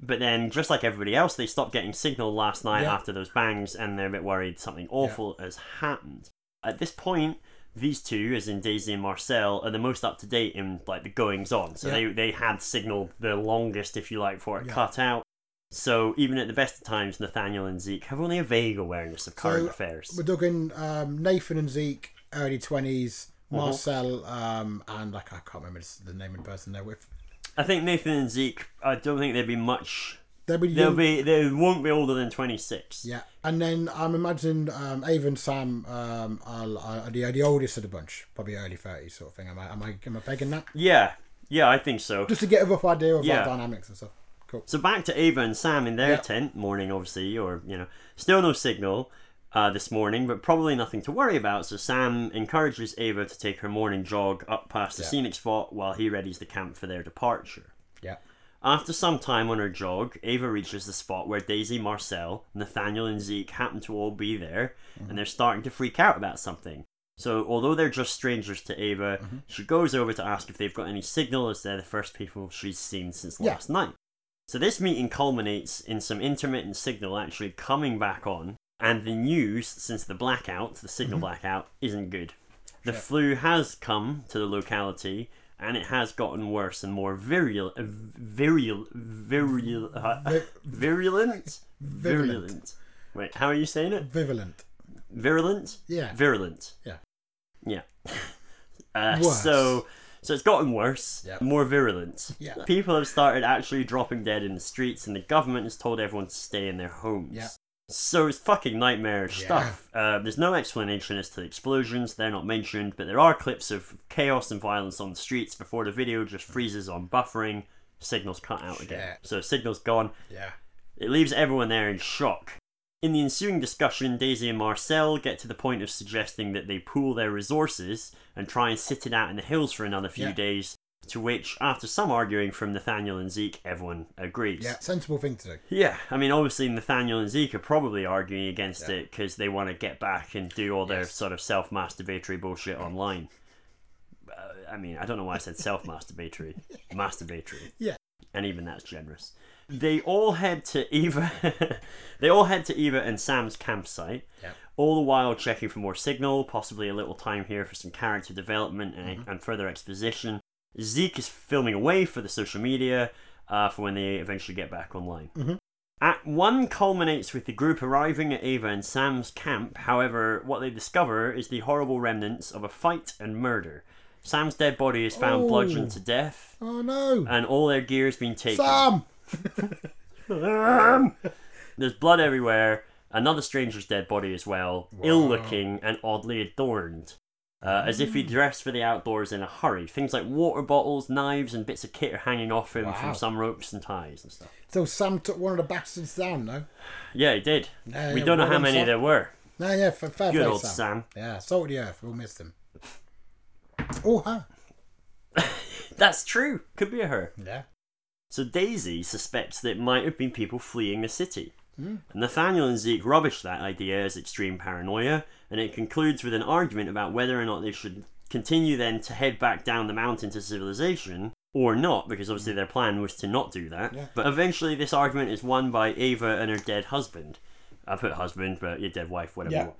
But then, just like everybody else, they stopped getting signal last night Yeah. after those bangs, and they're a bit worried something awful has happened. At this point, these two, as in Daisy and Marcel, are the most up to date in like the goings on. So Yeah. they they had signal the longest, if you like, for it Yeah. cut out. So even at the best of times, Nathaniel and Zeke have only a vague awareness of current So, affairs. We're talking um, Nathan and Zeke, early 20s, Uh-huh. Marcel, um, and like, I can't remember the name of the person they're with. I think Nathan and Zeke. I don't think there'd be much They'll be, They'll young, be they won't be older than twenty six. Yeah, and then I'm imagining um, Ava and Sam um, are, are the, the oldest of the bunch, probably early 30s sort of thing. Am I, am I, am I pegging that? yeah, yeah, I think so. Just to get a rough idea of Yeah. our dynamics and stuff. Cool. So back to Ava and Sam in their Yeah. tent, morning obviously, or you know, still no signal uh, this morning, but probably nothing to worry about. So Sam encourages Ava to take her morning jog up past the Yeah. scenic spot while he readies the camp for their departure. Yeah. After some time on her jog, Ava reaches the spot where Daisy, Marcel, Nathaniel, and Zeke happen to all be there, and they're starting to freak out about something. So, although they're just strangers to Ava, she goes over to ask if they've got any signal as they're the first people she's seen since Yeah. last night. So, this meeting culminates in some intermittent signal actually coming back on, and the news since the blackout, the signal blackout, isn't good. The flu has come to the locality, and it has gotten worse and more virul, uh, virul, virul, uh, Vi- virulent, virulent. Virulent. Wait, how are you saying it? Vivalent. Virulent. Yeah. Virulent. Yeah. Yeah. Uh, Worse. so, so it's gotten worse, Yep. more virulent. Yeah. People have started actually dropping dead in the streets, and the government has told everyone to stay in their homes. Yeah. So it's fucking nightmarish Yeah. stuff. Uh, there's no explanation as to the explosions, they're not mentioned, but there are clips of chaos and violence on the streets before the video just freezes on buffering, signal's cut out again. Shit. So signal's gone. Yeah. It leaves everyone there in shock. In the ensuing discussion, Daisy and Marcel get to the point of suggesting that they pool their resources and try and sit it out in the hills for another few Yeah. days, to which, after some arguing from Nathaniel and Zeke, everyone agrees. Yeah. Sensible thing to do. Yeah, I mean, obviously Nathaniel and Zeke are probably arguing against Yeah. it 'cause it because they want to get back and do all their Yes. sort of self-masturbatory bullshit online. Uh, I mean, I don't know why I said self-masturbatory, masturbatory. Yeah. and even that's generous. They all head to Eva. they all head to Eva and Sam's campsite. Yep. All the while checking for more signal, possibly a little time here for some character development and, Mm-hmm. and further exposition. Zeke is filming away for the social media uh, for when they eventually get back online. Mm-hmm. Act 1 culminates with the group arriving at Ava and Sam's camp. However, what they discover is the horrible remnants of a fight and murder. Sam's dead body is found Oh. bludgeoned to death, Oh no. and all their gear has been taken. Sam. Um, There's blood everywhere. Another stranger's dead body as well, ill-looking and oddly adorned, uh, as if he dressed for the outdoors in a hurry. Things like water bottles, knives, and bits of kit are hanging off him Wow. from some ropes and ties and stuff. So Sam took one of the bastards down, no? Yeah, he did. Yeah, we yeah, don't know well how done, many Sam. there were. No, yeah, fa- fair Good play, old Sam. Sam. Yeah, salt of the earth, we'll miss them. Oh, huh? That's true. Could be a her. Yeah. So Daisy suspects that it might have been people fleeing the city. Hmm. Nathaniel and Zeke rubbish that idea as extreme paranoia, and it concludes with an argument about whether or not they should continue then to head back down the mountain to civilization or not, because obviously their plan was to not do that. Hmm. Yeah. But eventually, this argument is won by Ava and her dead husband. I put husband, but your dead wife, whatever. Yeah. You want.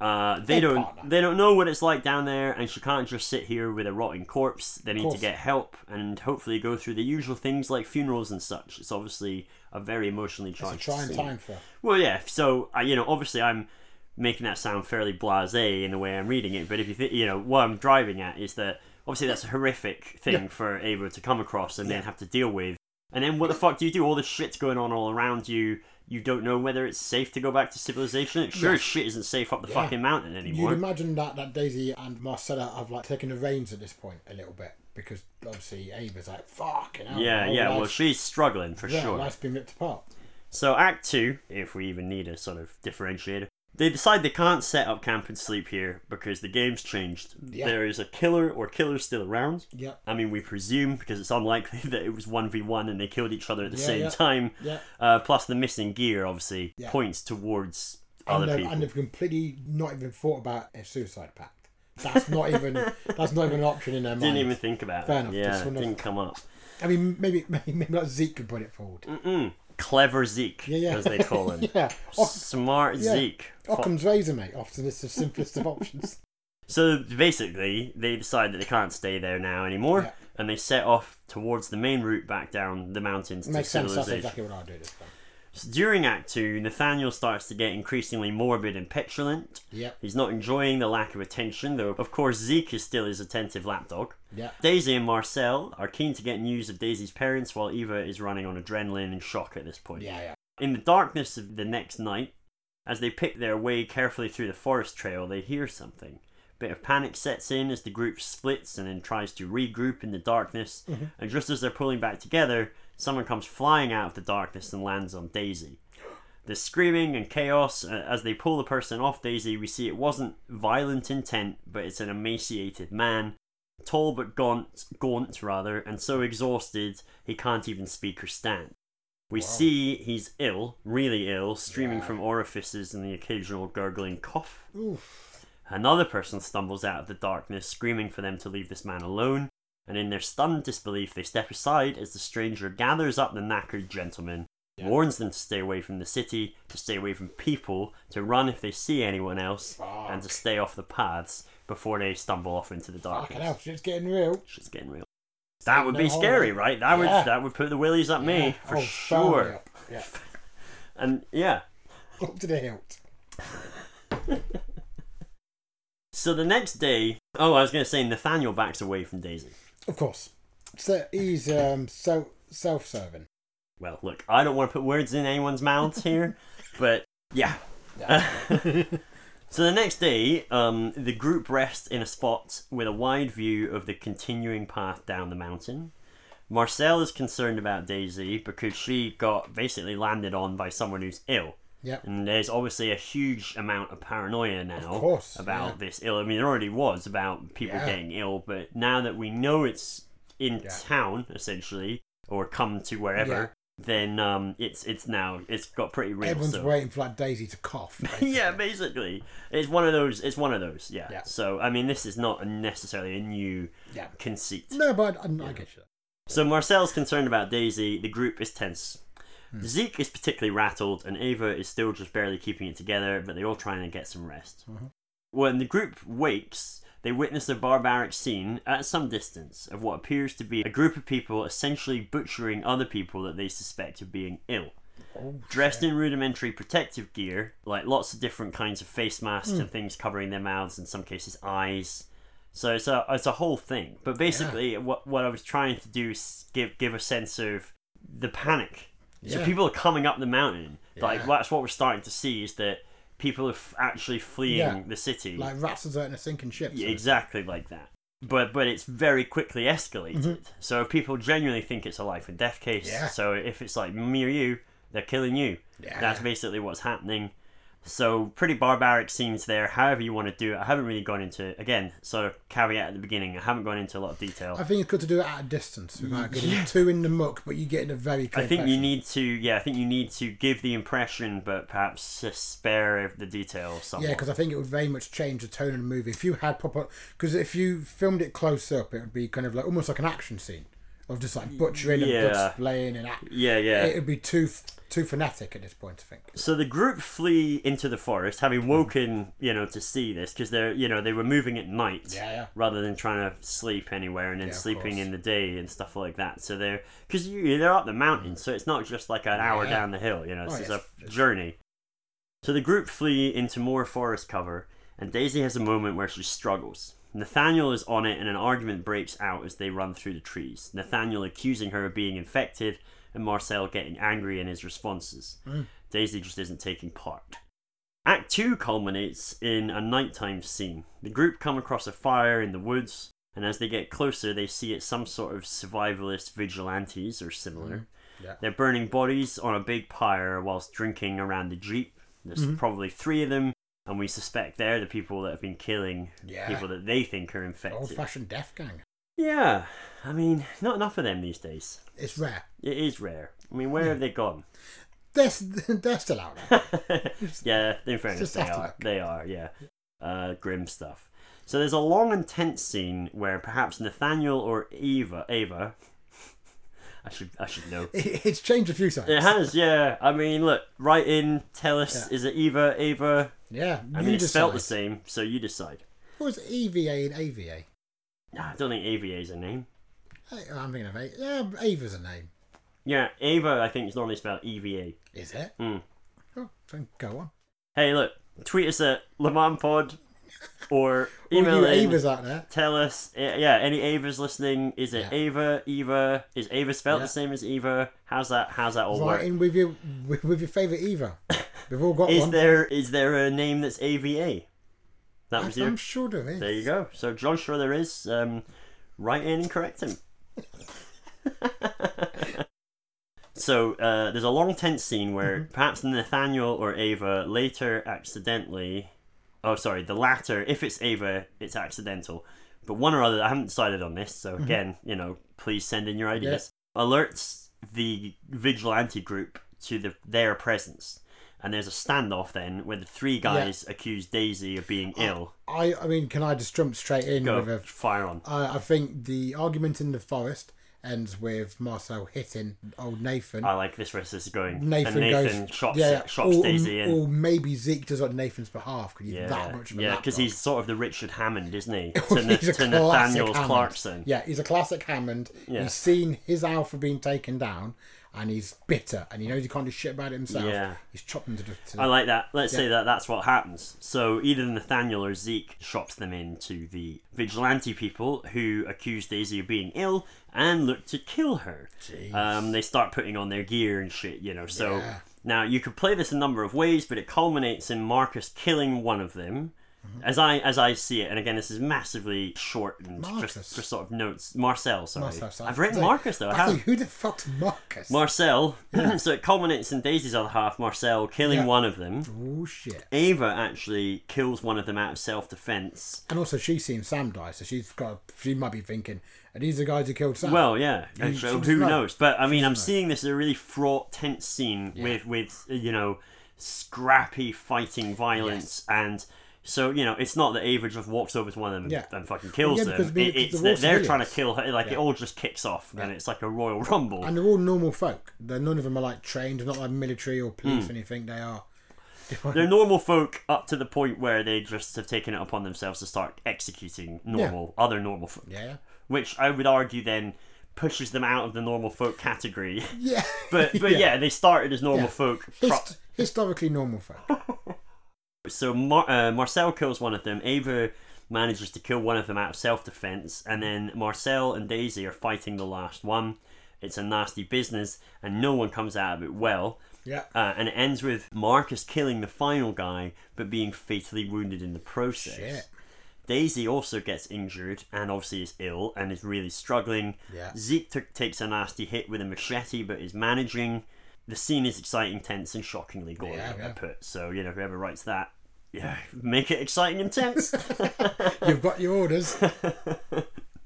Uh, they Dead don't partner. they don't know what it's like down there, and she can't just sit here with a rotting corpse. They need to course. get help and hopefully go through the usual things like funerals and such. It's obviously a very emotionally It's a charged trying scene. time for her. Well, yeah. So I, you know, obviously, I'm making that sound fairly blasé in the way I'm reading it. But if you think, you know, what I'm driving at is that obviously that's a horrific thing for Ava to come across and then have to deal with. And then what the fuck do you do? All this shit's going on all around you. You don't know whether it's safe to go back to civilization. It sure as shit isn't safe up the Yeah. fucking mountain You'd anymore. imagine that, that Daisy and Marcella have like taken the reins at this point a little bit because obviously Ava's like, fucking hell. yeah, my yeah. whole Well, life's- she's struggling for Oh, yeah, sure. Life's been ripped apart. So, Act 2, if we even need a sort of differentiator, they decide they can't set up camp and sleep here because the game's changed. Yeah. There is a killer or killers still around. Yep. I mean, we presume because it's unlikely that it was 1v1 and they killed each other at the Yeah, same yeah. time. Yeah. Uh, plus, the missing gear obviously Yeah. points towards And other they've, people. and they've completely not even thought about a suicide pact. That's not even that's not even an option in their mind. Didn't even think about Fair it. enough, Yeah, just it one of- didn't come up. I mean, maybe maybe, maybe not Zeke could put it forward. Mm-mm. Clever Zeke, Yeah, yeah. as they call him. yeah. Ock- Smart yeah. Zeke. Occam's razor, mate. Often it's the simplest of options. So basically, they decide that they can't stay there now anymore, Yeah. and they set off towards the main route back down the mountains Makes to sense. That's civilization. exactly what I do this time. So during Act Two, Nathaniel starts to get increasingly morbid and petulant. Yep. He's not enjoying the lack of attention, though. Of course, Zeke is still his attentive lapdog. Yeah. Daisy and Marcel are keen to get news of Daisy's parents, while Eva is running on adrenaline and shock at this point. Yeah, yeah. In the darkness of the next night, as they pick their way carefully through the forest trail, they hear something. Bit of panic sets in as the group splits and then tries to regroup in the darkness. And just as they're pulling back together, someone comes flying out of the darkness and lands on Daisy. The screaming and chaos uh, as they pull the person off Daisy, we see it wasn't violent intent, but it's an emaciated man, tall but gaunt, gaunt rather, and so exhausted he can't even speak or stand. We Wow. see he's ill, really ill, streaming Yeah. from orifices and the occasional gurgling cough. Oof. Another person stumbles out of the darkness, screaming for them to leave this man alone, and in their stunned disbelief, they step aside as the stranger gathers up the knackered gentleman, Yeah. warns them to stay away from the city, to stay away from people, to run if they see anyone else, and to Fuck. stay off the paths before they stumble off into the Fucking darkness. hell, shit's getting real. Shit's getting real. That would be no, scary, alright. right? That would Yeah. that would put the willies at Yeah. me for Oh, sure. firmly Up. Yeah. And yeah, up to the hilt. so the next day, oh, I was going to say Nathaniel backs away from Daisy. Of course. So he's um so self-serving. Well, look, I don't want to put words in anyone's mouths here, but Yeah. so the next day, um, the group rests in a spot with a wide view of the continuing path down the mountain. Marcel is concerned about Daisy because she got basically landed on by someone who's ill. Yep. And there's obviously a huge amount of paranoia now course, about yeah. this ill. I mean, there already was about people Yeah. getting ill, but now that we know it's in town, essentially, or come to wherever, Yeah. then um, it's it's now it's got pretty real. Everyone's so- waiting for like Daisy to cough. yeah, basically, it's one of those. It's one of those. Yeah. Yeah. So I mean, this is not necessarily a new Yeah. conceit. No, but I, I, I get you. So Marcel's concerned about Daisy. The group is tense. Zeke is particularly rattled, and Ava is still just barely keeping it together. But they're all trying to get some rest. When the group wakes, they witness a barbaric scene at some distance of what appears to be a group of people essentially butchering other people that they suspect of being ill Oh, dressed in rudimentary protective gear, like lots of different kinds of face masks Hmm. and things covering their mouths, in some cases eyes. So it's a it's a whole thing. But basically, what what I was trying to do is give give a sense of the panic. So Yeah. people are coming up the mountain. Like Yeah. that's what we're starting to see is that people are f- actually fleeing Yeah. the city. Like rats deserting a sinking ship. Yeah, exactly like that. But but it's very quickly escalated. So people genuinely think it's a life and death case. Mm-hmm. Yeah. So if it's like me or you, they're killing you. Yeah. That's basically what's happening. So pretty barbaric scenes there. However you want to do it. I haven't really gone into again. So caveat at the beginning. I haven't gone into a lot of detail. I think it's good to do it at a distance without getting too in the muck, but you get in a very clear I think you impression. need to, yeah. I think you need to give the impression, but perhaps s- spare the detail somewhat. Yeah, because I think it would very much change the tone of the movie if you had proper. Because if you filmed it close up, it would be kind of like almost like an action scene of just like butchering Yeah. and blood splaying and act. yeah, yeah. It would be too f- too fanatic at this point, I think. So the group flee into the forest, having Mm-hmm. woken, you know, to see this because they're, you know, they were moving at night Yeah, yeah. rather than trying to sleep anywhere and then Yeah, of sleeping course. in the day and stuff like that. So they're because you they're up the mountain, so it's not just like an hour Mm. Yeah. down the hill. You know, Oh, this is yes. a journey. So the group flee into more forest cover, and Daisy has a moment where she struggles. Nathaniel is on it, and an argument breaks out as they run through the trees. Nathaniel accusing her of being infected, and Marcel getting angry in his responses. Mm. Daisy just isn't taking part. Act 2 culminates in a nighttime scene. The group come across a fire in the woods, and as they get closer, they see it's some sort of survivalist vigilantes or similar. Yeah. They're burning bodies on a big pyre whilst drinking around the jeep. There's probably three of them, and we suspect they're the people that have been killing Yeah. Oh, people that they think are infected. Old fashioned death gang. yeah, I mean, not enough of them these days. It's rare. It is rare. I mean, where have they gone? They're, s- they're still out there. yeah, in fairness, just they after are. that. They are, yeah. Uh, grim stuff. So there's a long and tense scene where perhaps Nathaniel or Eva, Ava, I should, I should know. It, it's changed a few times. It has, yeah. I mean, look, write in, tell us, Yeah. is it Eva, Ava? Yeah. I you mean, it's spelt the decide. same, so you decide. What was EVA and AVA? No, I don't think AVA is a name. I- I'm thinking of A. Yeah, Ava's a name. Yeah, Ava, I think, is normally spelled EVA. Is it? Hmm. Oh, then go on. Hey, look, tweet us at LeManPod or All email you in. Ava's out there. Tell us, eh, yeah, any Avas listening, is it Yeah. Ava, Eva? Is Ava spelled Yeah. the same as Eva? How's that? How's that all Right work? in with your with, with your favourite Eva. We've all got Is one. there is there a name that's AVA? That I'm was your I'm sure there is. There you go. So John sure there is. Um, write in and correct him. so uh, there's a long tense scene where perhaps Nathaniel or Ava later accidentally. Oh, sorry, the latter. If it's Ava, it's accidental. But one or other, I haven't decided on this. So again, you know, please send in your ideas. Alerts the vigilante group to the, their presence. And there's a standoff then where the three guys accuse Daisy of being ill. I, I mean, can I just jump straight in Go with a? um, fire on. I, I think the argument in the forest ends with Marcel hitting old Nathan. I like this where this is going. Nathan, Uh, and Nathan goes, chops, yeah, chops or, Daisy in. or maybe Zeke does on Nathan's behalf because he's yeah, that much of a yeah, because because he's sort of the Richard Hammond, isn't he? Oh, to Na- he's a to classic Nathaniel Hammond. Clarkson. Yeah, he's a classic Hammond. Yeah. He's seen his alpha being taken down, and he's bitter, and he knows he can't do shit about it himself. Yeah. He's chopping to the. To the I like that. Let's say Yeah. that that's what happens. So either Nathaniel or Zeke shops them in to the vigilante people who accuse Daisy of being ill and look to kill her. Jeez. Um, they start putting on their gear and shit, you know. So Yeah. Now, you could play this a number of ways, but it culminates in Marcus killing one of them. Mm-hmm. As I as I see it, and again, this is massively shortened for, Marcus. for sort of notes. Marcel, sorry. Marcel, sorry. I've written Sorry. Marcus though. I I was have. like, who the fuck's Marcus? Marcel. so it culminates in Daisy's other half, Marcel, killing Yeah. one of them. oh shit! Ava actually kills one of them out of self defense. And also, she's seen Sam die, so she's got. She might be thinking, "Are these the guys who killed Sam?" Well, yeah. and she so was who right. knows? But I mean, I'm was right. seeing this as a really fraught, tense scene with with uh, you know scrappy fighting violence and. So you know, it's not that Ava just walks over to one of them Yeah. and, and fucking kills Yeah, them. because we- It- it's because they're all that they're trying to kill civilians. her. Like Yeah. it all just kicks off, and it's like a royal rumble. and they're all normal folk. They're none of them are like trained, not like military or police Hmm. or anything. They are. They're normal folk up to the point where they just have taken it upon themselves to start executing normal other normal folk, Yeah. which I would argue then pushes them out of the normal folk category. Yeah. But but yeah. they started as normal Yeah. folk. pro- Hist- historically normal folk. so Mar- uh, Marcel kills one of them. Ava manages to kill one of them out of self-defense, and then Marcel and Daisy are fighting the last one. It's a nasty business, and no one comes out of it well. Yeah. Uh, and it ends with Marcus killing the final guy, but being fatally wounded in the process. Shit. Daisy also gets injured and obviously is ill and is really struggling. Yeah. Zeke t- takes a nasty hit with a machete but is managing. The scene is exciting, tense, and shockingly gory, Yeah, I yeah. put. So, you know, whoever writes that, yeah, make it exciting and tense. You've got your orders.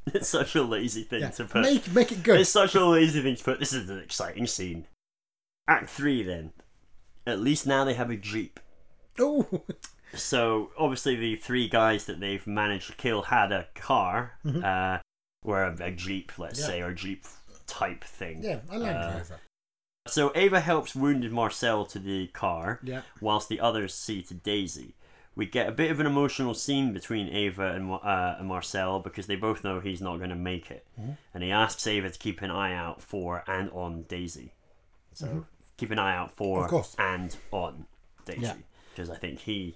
it's such a lazy thing Yeah. to put. Make make it good. It's such a lazy thing to put. This is an exciting scene. Act 3, then. At least now they have a Jeep. Oh, So obviously the three guys that they've managed to kill had a car, uh, or a, a jeep, let's Mm-hmm. Yeah. say, or a jeep type thing. yeah. I like Uh, Rover. So Ava helps wounded Marcel to the car, Yeah. whilst the others see to Daisy. We get a bit of an emotional scene between Ava and, Wa- uh, and Marcel because they both know he's not going to make it, Mm-hmm. and he asks Ava to keep an eye out for and on Daisy. So keep an eye out for Mm-hmm. Of course. and on Daisy Yeah. because I think he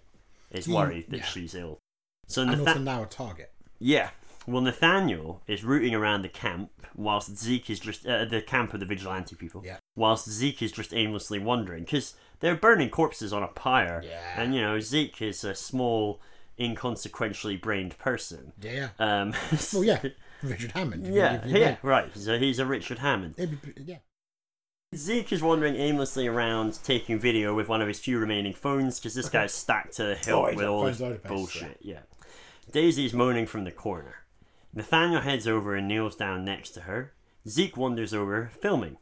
is He- worried that yeah. she's ill. So And Nathan- also now a target. yeah. Well, Nathaniel is rooting around the camp whilst Zeke is just uh, the camp of the vigilante people. Yeah. Whilst Zeke is just aimlessly wandering because they're burning corpses on a pyre. Yeah. And you know Zeke is a small, inconsequentially brained person. Yeah. yeah. Um. Well, yeah. Richard Hammond. if you- Yeah. if you Yeah. like. Right. So he's a Richard Hammond. It'd be- yeah. Zeke is wandering aimlessly around taking video with one of his few remaining phones because this guy's stacked to the hilt Oh, he's with got all phones his loaded, basically. bullshit. Yeah. Daisy's moaning from the corner. Nathaniel heads over and kneels down next to her. Zeke wanders over, filming.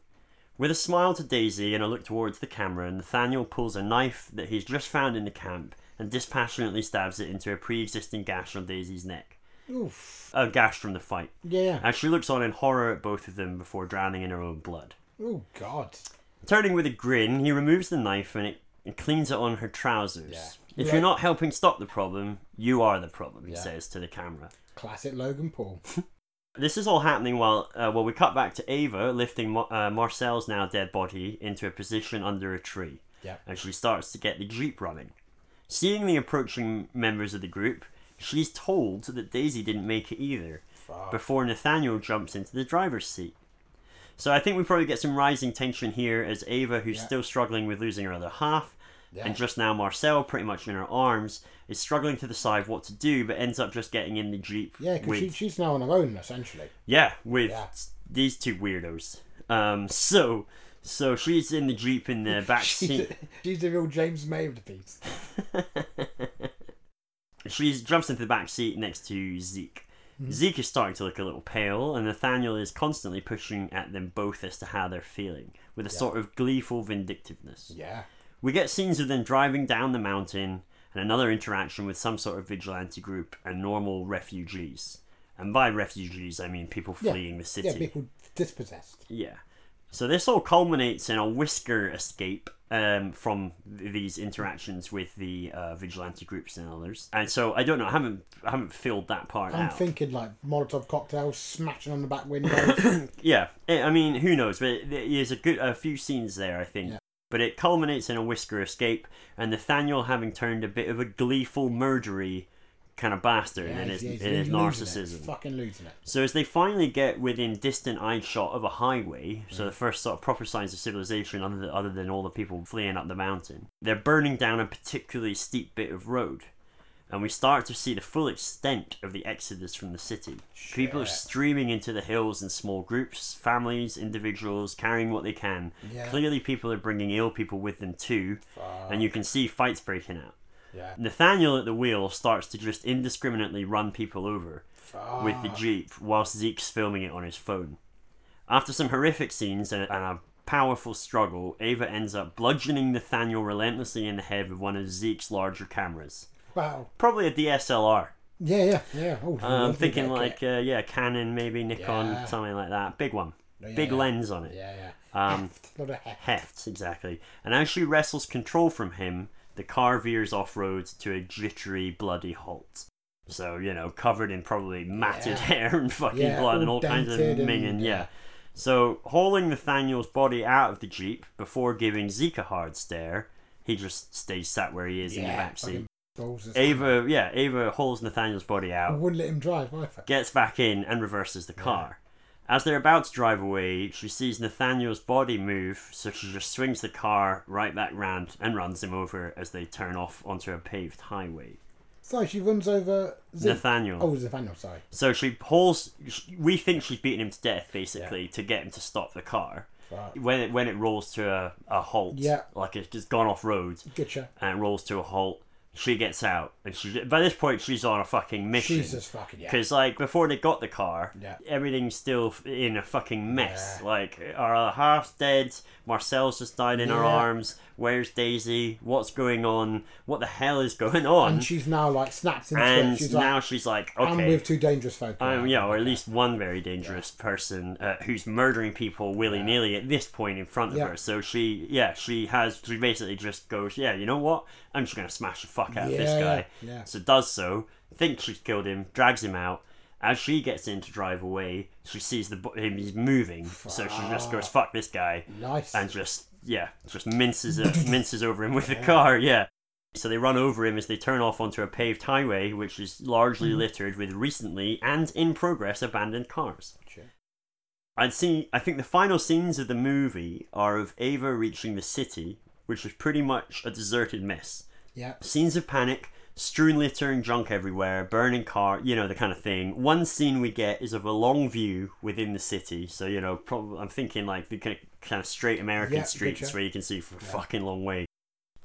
With a smile to Daisy and a look towards the camera, Nathaniel pulls a knife that he's just found in the camp and dispassionately stabs it into a pre existing gash on Daisy's neck. Oof. A gash from the fight. Yeah. yeah. And she looks on in horror at both of them before drowning in her own blood. Oh God. Turning with a grin, he removes the knife and it and cleans it on her trousers. Yeah. If Right. you're not helping stop the problem, you are the problem, he Yeah. says to the camera. Classic Logan Paul. This is all happening while uh, while we cut back to Ava lifting Mar- uh, Marcel's now dead body into a position under a tree, Yeah. and she starts to get the jeep running. Seeing the approaching members of the group, she's told that Daisy didn't make it either. Fuck. Before Nathaniel jumps into the driver's seat. So I think we probably get some rising tension here as Ava, who's Yeah. still struggling with losing her other half, Yeah. and just now Marcel, pretty much in her arms, is struggling to decide what to do, but ends up just getting in the jeep. Yeah, because with she, she's now on her own essentially. yeah, with Yeah. these two weirdos. Um, so so she's in the jeep in the back She's, seat. she's the real James May of the piece. She jumps into the back seat next to Zeke. Hmm. Zeke is starting to look a little pale, and Nathaniel is constantly pushing at them both as to how they're feeling, with a sort of gleeful vindictiveness. Yeah. We get scenes of them driving down the mountain and another interaction with some sort of vigilante group and normal refugees. And by refugees, I mean people Yeah. fleeing the Yeah, city. people dispossessed. Yeah. So this all culminates in a whisker escape um, from th- these interactions with the uh, vigilante groups and others. And so I don't know. I haven't I haven't filled that part I'm out. thinking like Molotov cocktails, smashing on the back windows. yeah. I I mean, who knows? But it- there's a good a few scenes there, I think. Yeah. But it culminates in a whisker escape and Nathaniel having turned a bit of a gleeful murdery kind of bastard Yeah, in his, he's- he's in his losing it. narcissism. Fucking losing it. So as they finally get within distant eyeshot of a highway, so Mm. the first sort of proper signs of civilization, other than, other than all the people fleeing up the mountain, they're burning down a particularly steep bit of road, and we start to see the full extent of the exodus from the city. People are Shit. streaming into the hills in small groups, families, individuals, carrying what they can. Yeah. Clearly, people are bringing ill people with them too, and you can see fights breaking out. Yeah. Nathaniel at the wheel starts to just indiscriminately run people over Ah, with the Jeep whilst Zeke's filming it on his phone. After some horrific scenes and, and a powerful struggle, Ava ends up bludgeoning Nathaniel relentlessly in the head with one of Zeke's larger cameras. Wow. Probably a DSLR. Yeah, yeah, yeah. Oh, I'm lovely thinking bit of like, kit. uh, yeah, Canon, maybe Nikon, Yeah. something like that. Big one. Big yeah. lens on it. yeah, yeah. uh, Um, a lot of heft. Heft, exactly. And as she wrestles control from him, the car veers off road to a jittery, bloody halt. So, you know, covered in probably matted hair and fucking Yeah, blood all and all kinds of dented and- minging, yeah. So, hauling Nathaniel's body out of the Jeep before giving Zeke a hard stare, he just stays sat where he is in Yeah, the backseat. fucking balls and stuff. Ava, yeah, Ava hauls Nathaniel's body I out wouldn't let him drive either. gets back in and reverses the car. As they're about to drive away, she sees Nathaniel's body move, so she just swings the car right back round and runs him over as they turn off onto a paved highway. So she runs over Zeke. Nathaniel. Oh, Nathaniel, sorry. So she hauls. We think she's beaten him to death, basically, to get him to stop the car. Right. When it when it rolls to a, a halt, Yeah. like it's just gone off road Getcha. and it rolls to a halt, she gets out. And she by this point she's on a fucking mission. Jesus fucking yeah. Because, like, before they got the car, Yeah. everything's still f- in a fucking mess. Yeah. Like, our other half's dead, Marcel's just died in her Yeah. arms, where's Daisy, what's going on, what the hell is going on? And she's now like snapped into And it. She's now like, she's like, I'm with okay, two dangerous folk. I'm, now." yeah, or at least one very dangerous person uh, who's murdering people willy nilly at this point in front of Yeah. her. So she, yeah, she has, she basically just goes, yeah, you know what? I'm just going to smash the fuck out of this Yeah, guy. yeah. So does so, thinks she's killed him, drags him out. As she gets in to drive away, she sees the bo- him he's moving, so she just goes, fuck this guy, Nice. and just, yeah, just minces, it, minces over him with the car, yeah. So they run over him as they turn off onto a paved highway, which is largely littered with recently and in progress abandoned cars. Gotcha. I'd see. I think the final scenes of the movie are of Ava reaching the city, which was pretty much a deserted mess. Yeah. Scenes of panic, strewn litter and junk everywhere, burning car, you know, the kind of thing. One scene we get is of a long view within the city. So, you know, probably, I'm thinking like the kind of, kind of straight American Yeah, streets gotcha. where you can see for a fucking long way.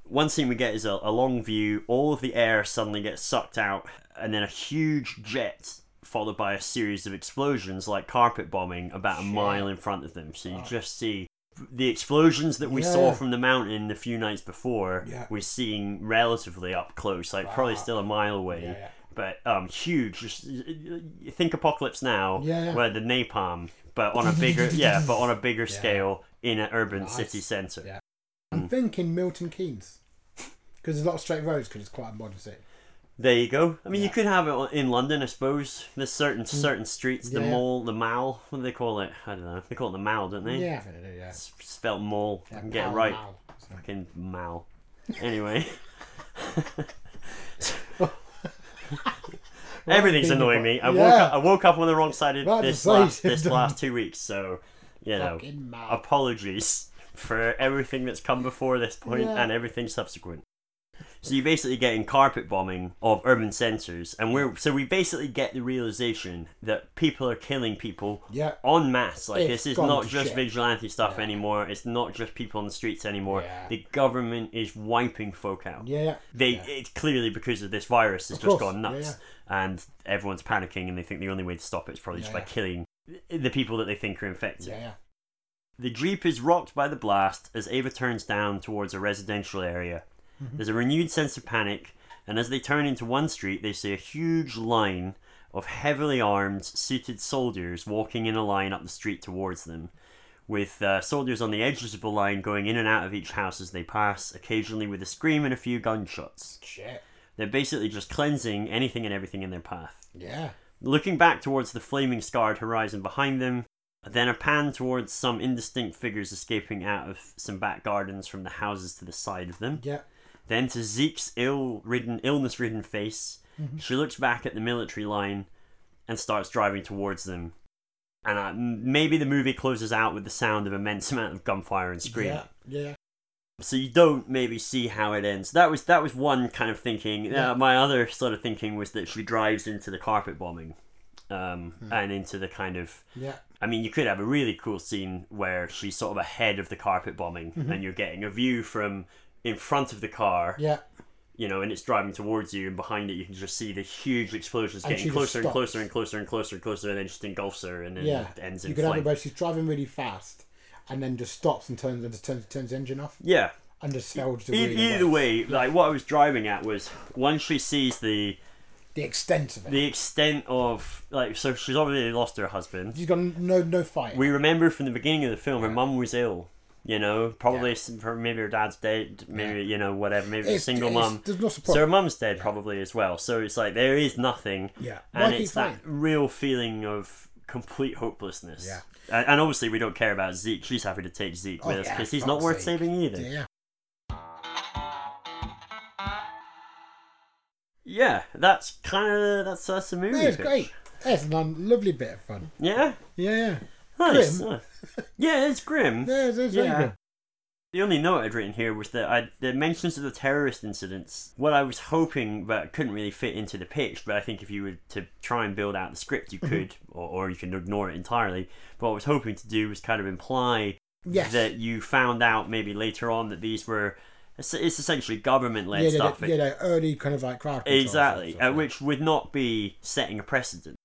One scene we get is a, a long view, all of the air suddenly gets sucked out, and then a huge jet followed by a series of explosions like carpet bombing about a Shit. mile in front of them. So you just see the explosions that we saw Yeah. from the mountain a few nights before Yeah. Ah. we're seeing relatively up close like probably still a mile away Yeah, yeah. but um huge just you think apocalypse now Yeah, yeah. where the napalm but on a bigger yeah but on a bigger scale in an urban Nice. city center Yeah. Mm. I'm thinking Milton Keynes. Because there's a lot of straight roads because it's quite a modern city. there you go i mean you Yeah. Mm. could have it on- in london i suppose there's certain certain streets the Yeah. mall the mall what do they call it i don't know they call it the mall don't they Yeah, I think it is, yeah. it's spelt mall i Yeah, can get it Pall right Mall. fucking mal anyway Everything's Think annoying about- me. I oh, yeah. woke up, I woke up on the wrong side of Right, this the side. last this last two weeks, so you know, Fucking mad. apologies for everything that's come before this point Yeah. and everything subsequent. So you're basically getting carpet bombing of urban centres, and we're so we basically get the realization that people are killing people Yeah. en masse. Like It's this is gone not to just shit. vigilante stuff anymore. It's not just people on the streets anymore. Yeah. The government is wiping folk out Yeah, yeah. they yeah. it's clearly because of this virus has Of just course, gone yeah, nuts and everyone's panicking and they think the only way to stop it is probably just Yeah, by yeah. killing the people that they think are infected. yeah, yeah. The Jeep is rocked by the blast as Ava turns down towards a residential area. Mm-hmm. There's a renewed sense of panic, and as they turn into one street, they see a huge line of heavily armed, suited soldiers walking in a line up the street towards them, with uh, soldiers on the edges of the line going in and out of each house as they pass, occasionally with a scream and a few gunshots. Shit. They're basically just cleansing anything and everything in their path. Yeah. Looking back towards the flaming scarred horizon behind them, then a pan towards some indistinct figures escaping out of some back gardens from the houses to the side of them, Yeah. then to Zeke's ill ridden, illness ridden face, She looks back at the military line and starts driving towards them. And uh, m- maybe the movie closes out with the sound of immense amount of gunfire and screaming Yeah, yeah. so you don't maybe see how it ends. That was that was one kind of thinking. Yeah. Uh, my other sort of thinking was that she drives into the carpet bombing, um, Hmm. and into the kind of. Yeah. I mean, you could have a really cool scene where she's sort of ahead of the carpet bombing, and you're getting a view from in front of the car, Mm-hmm. Yeah. you know, and it's driving towards you, and behind it you can just see the huge explosions And she getting just closer and stops. closer and closer and closer and closer, and then just engulfs her, and then Yeah. it ends you in could have it flames. where she's driving really fast and then just stops and turns and just turns, turns the engine off Yeah, and just salvages the E- wheel either away. way, like what I was driving at was once she sees the The extent of it. the extent of like so she's obviously lost her husband She's got no no fight. we remember from the beginning of the film her mum was ill you know probably Yeah. s- her- maybe her dad's dead maybe you know whatever maybe It's- a single it's- mum there's no so support. her mum's dead probably as well so it's like there is nothing Yeah. and Why it's keep that real feeling of complete hopelessness Yeah. and, and obviously we don't care about zeke she's happy to take zeke Oh, with us yeah, because he's not fuck's worth sake. saving either yeah. yeah that's kind of that's that's the movie Yeah, it's pitch. great. That's a non- lovely bit of fun. yeah Yeah, nice Grim. nice. yeah it's grim yeah, it's, it's Yeah. really good. The only note I'd written here was that I, the mentions of the terrorist incidents, what I was hoping but couldn't really fit into the pitch, but I think if you were to try and build out the script, you Mm-hmm. could, or, or you can ignore it entirely. But what I was hoping to do was kind of imply Yes. that you found out maybe later on that these were, it's, it's essentially government led yeah, the- stuff. the- yeah, the early kind of like crowd control exactly, sort of uh, which would not be setting a precedent.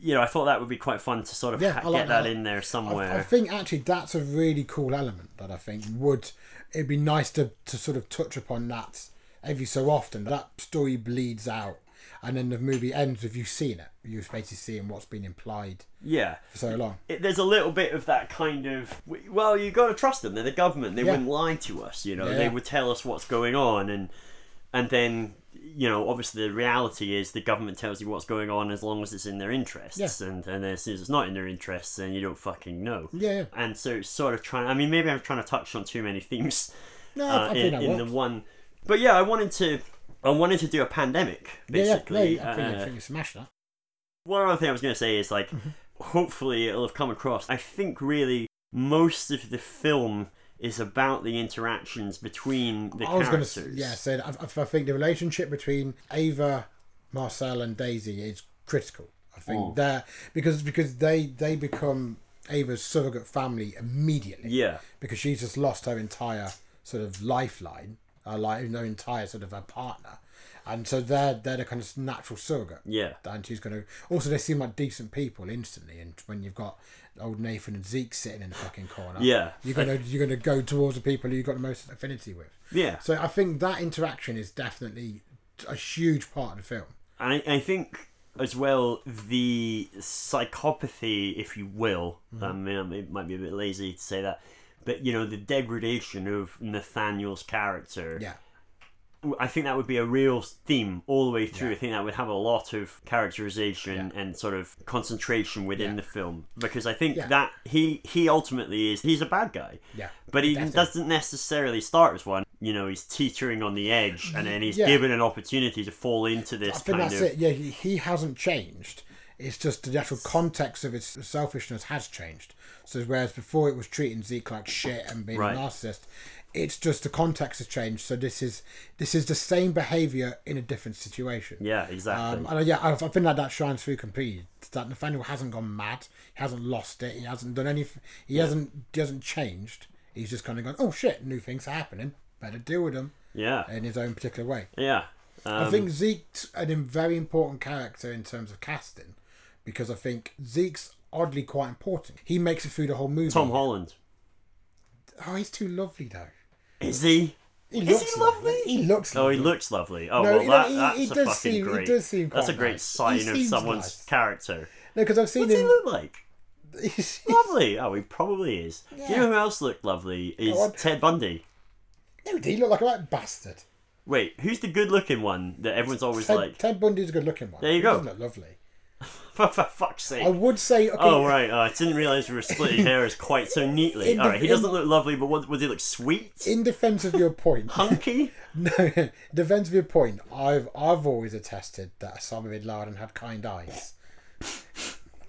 You know, I thought that would be quite fun to sort of Yeah, ha- I like get that, that. in there stuff. somewhere. I, I think actually that's a really cool element that I think would it'd be nice to, to sort of touch upon that every so often. That story bleeds out, and then the movie ends with you seeing it. You're basically seeing what's been implied yeah. for so long. it, there's a little bit of that kind of well you got to trust them they're the government they Yeah. wouldn't lie to us you know Yeah. they would tell us what's going on and and then you know obviously the reality is the government tells you what's going on as long as it's in their interests and and as soon as it's not in their interests then you don't fucking know Yeah, yeah. and so it's sort of trying i mean maybe i'm trying to touch on too many themes no, I, uh, I think in, that in works. the one but yeah i wanted to i wanted to do a pandemic yeah, yeah, no, I basically think, I uh, think you smashed that. one other thing I was going to say is like, Mm-hmm. hopefully it'll have come across. I think really most of the film is about the interactions between the I was going characters. to yeah say that I, I think the relationship between Ava, Marcel, and Daisy is critical. I Oh. think they're because because they they become Ava's surrogate family immediately Yeah. because she's just lost her entire sort of lifeline, her like her entire sort of her partner, and so they're they're the kind of natural surrogate. Yeah. And she's gonna. Also, they seem like decent people instantly. And when you've got old Nathan and Zeke sitting in the fucking corner, Yeah. you're gonna you're gonna go towards the people who you've got the most affinity with. Yeah. So I think that interaction is definitely a huge part of the film. And I, I think as well the psychopathy, if you will, Mm-hmm. I mean, um, it might be a bit lazy to say that, but you know the degradation of Nathaniel's character. Yeah. I think that would be a real theme all the way through. I think that would have a lot of characterization and sort of concentration within Yeah. the film because I think Yeah. that he he ultimately is he's a bad guy. Yeah. But he Definitely. doesn't necessarily start as one. You know, he's teetering on the edge and then he's Yeah. given an opportunity to fall into this I think kind that's of it. Yeah, he, he hasn't changed. It's just the actual context of his selfishness has changed. So whereas before it was treating Zeke like shit and being Right. a narcissist, it's just the context has changed. So this is this is the same behavior in a different situation. Yeah, exactly. Um, and uh, yeah, I, I think that that shines through completely. That Nathaniel hasn't gone mad. He hasn't lost it. He hasn't done anything. He hasn't he hasn't changed. He's just kind of gone. Oh shit! New things are happening. Better deal with them yeah. in his own particular way. yeah. Um, I think Zeke's a very important character in terms of casting because I think Zeke's oddly quite important. He makes it through the whole movie. Tom Holland. Oh, he's too lovely though. Is he? He Is he lovely? He looks. Oh, Lovely. he looks lovely. Oh, Mm-hmm. No, well, he- that, that's he- he a does fucking seem- he great. does seem that's a quite great nice. sign He of seems someone's nice. character. No, because I've seen What's he him. look like? he's- lovely. Oh, he probably is. Do you know who else looked lovely? Is Go on. Ted Bundy. no, he looked like a right bastard. Wait, who's the good looking one that everyone's always Ted, like? Ted Bundy's a good-looking one. There you He go. does look lovely. for, for fuck's sake. I would say. Okay, Oh right, oh, I didn't realize we were splitting hairs quite so neatly. In All right, he the- in- doesn't look lovely, but what, would he look sweet, In defense of your point, hunky? no, in defense of your point, I've I've always attested that Osama bin Laden had kind eyes,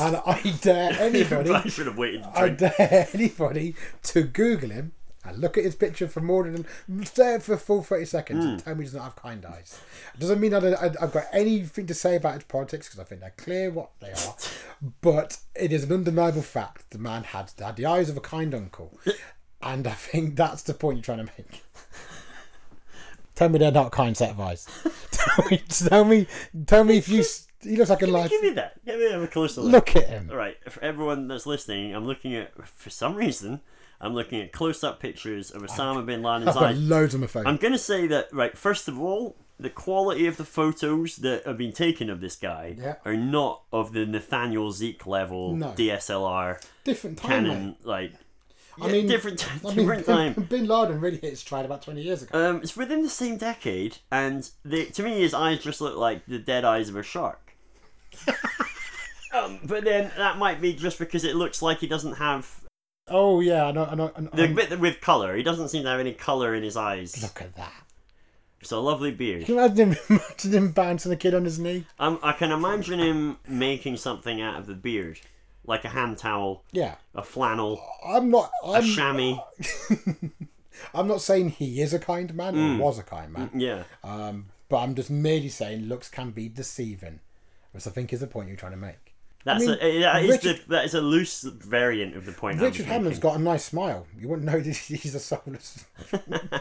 and I dare anybody I should have waited. To I drink. dare anybody to Google him and look at his picture for more than stare for a full thirty seconds Hmm. and tell me he does not have kind eyes. Doesn't mean I don't, I, I've got anything to say about his politics because I think they're clear what they are, but it is an undeniable fact the man had, had the eyes of a kind uncle, and I think that's the point you're trying to make. Tell me they're not a kind set of eyes. tell me, tell me, tell me if you. s- He looks like a life. Give me that. Give me a closer look. Look at him. All right, for everyone that's listening, I'm looking at for some reason I'm looking at close-up pictures of Osama bin Laden's I've got eyes. loads on my phone. I'm gonna say that right. First of all, the quality of the photos that have been taken of this guy Yeah. are not of the Nathaniel Zeke level No. DSLR Different time. mate. Canon like. I yeah, mean- different, I mean, different time. Bin Laden really hit his stride about 20 years ago. Um, it's within the same decade, and the, to me, his eyes just look like the dead eyes of a shark. um, but then that might be just because it looks like he doesn't have oh, yeah, I know. I know, I know the um, bit with color. He doesn't seem to have any color in his eyes. look at that. It's a lovely beard. Can you imagine him, imagine him bouncing a kid on his knee? Um, I can imagine him making something out of the beard, like a hand towel, Yeah. a flannel, I'm not. a I'm, chamois. I'm not saying he is a kind man or was a kind man, Mm, Yeah. um, but I'm just merely saying looks can be deceiving, which I think is the point you're trying to make. That's mean, a, uh, that, is Richard- the, that is a loose variant of the point. I was Richard Hammond's making. got a nice smile. You wouldn't know that he's a soulless.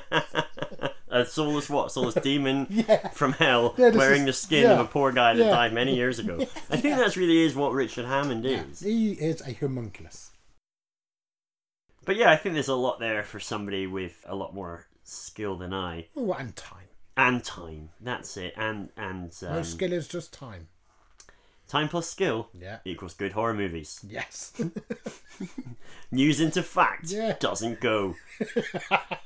a soulless what? Soulless demon Yeah. from hell Yeah, this wearing is- the skin of yeah. a poor guy that Yeah. died many years ago. I think that's really is what Richard Hammond is. He is a homunculus. But yeah, I think there's a lot there for somebody with a lot more skill than I Oh, and time. and time. That's it. And and no um, skill is just time. time plus skill Yeah. equals good horror movies. Yes. News into fact Yeah. doesn't go.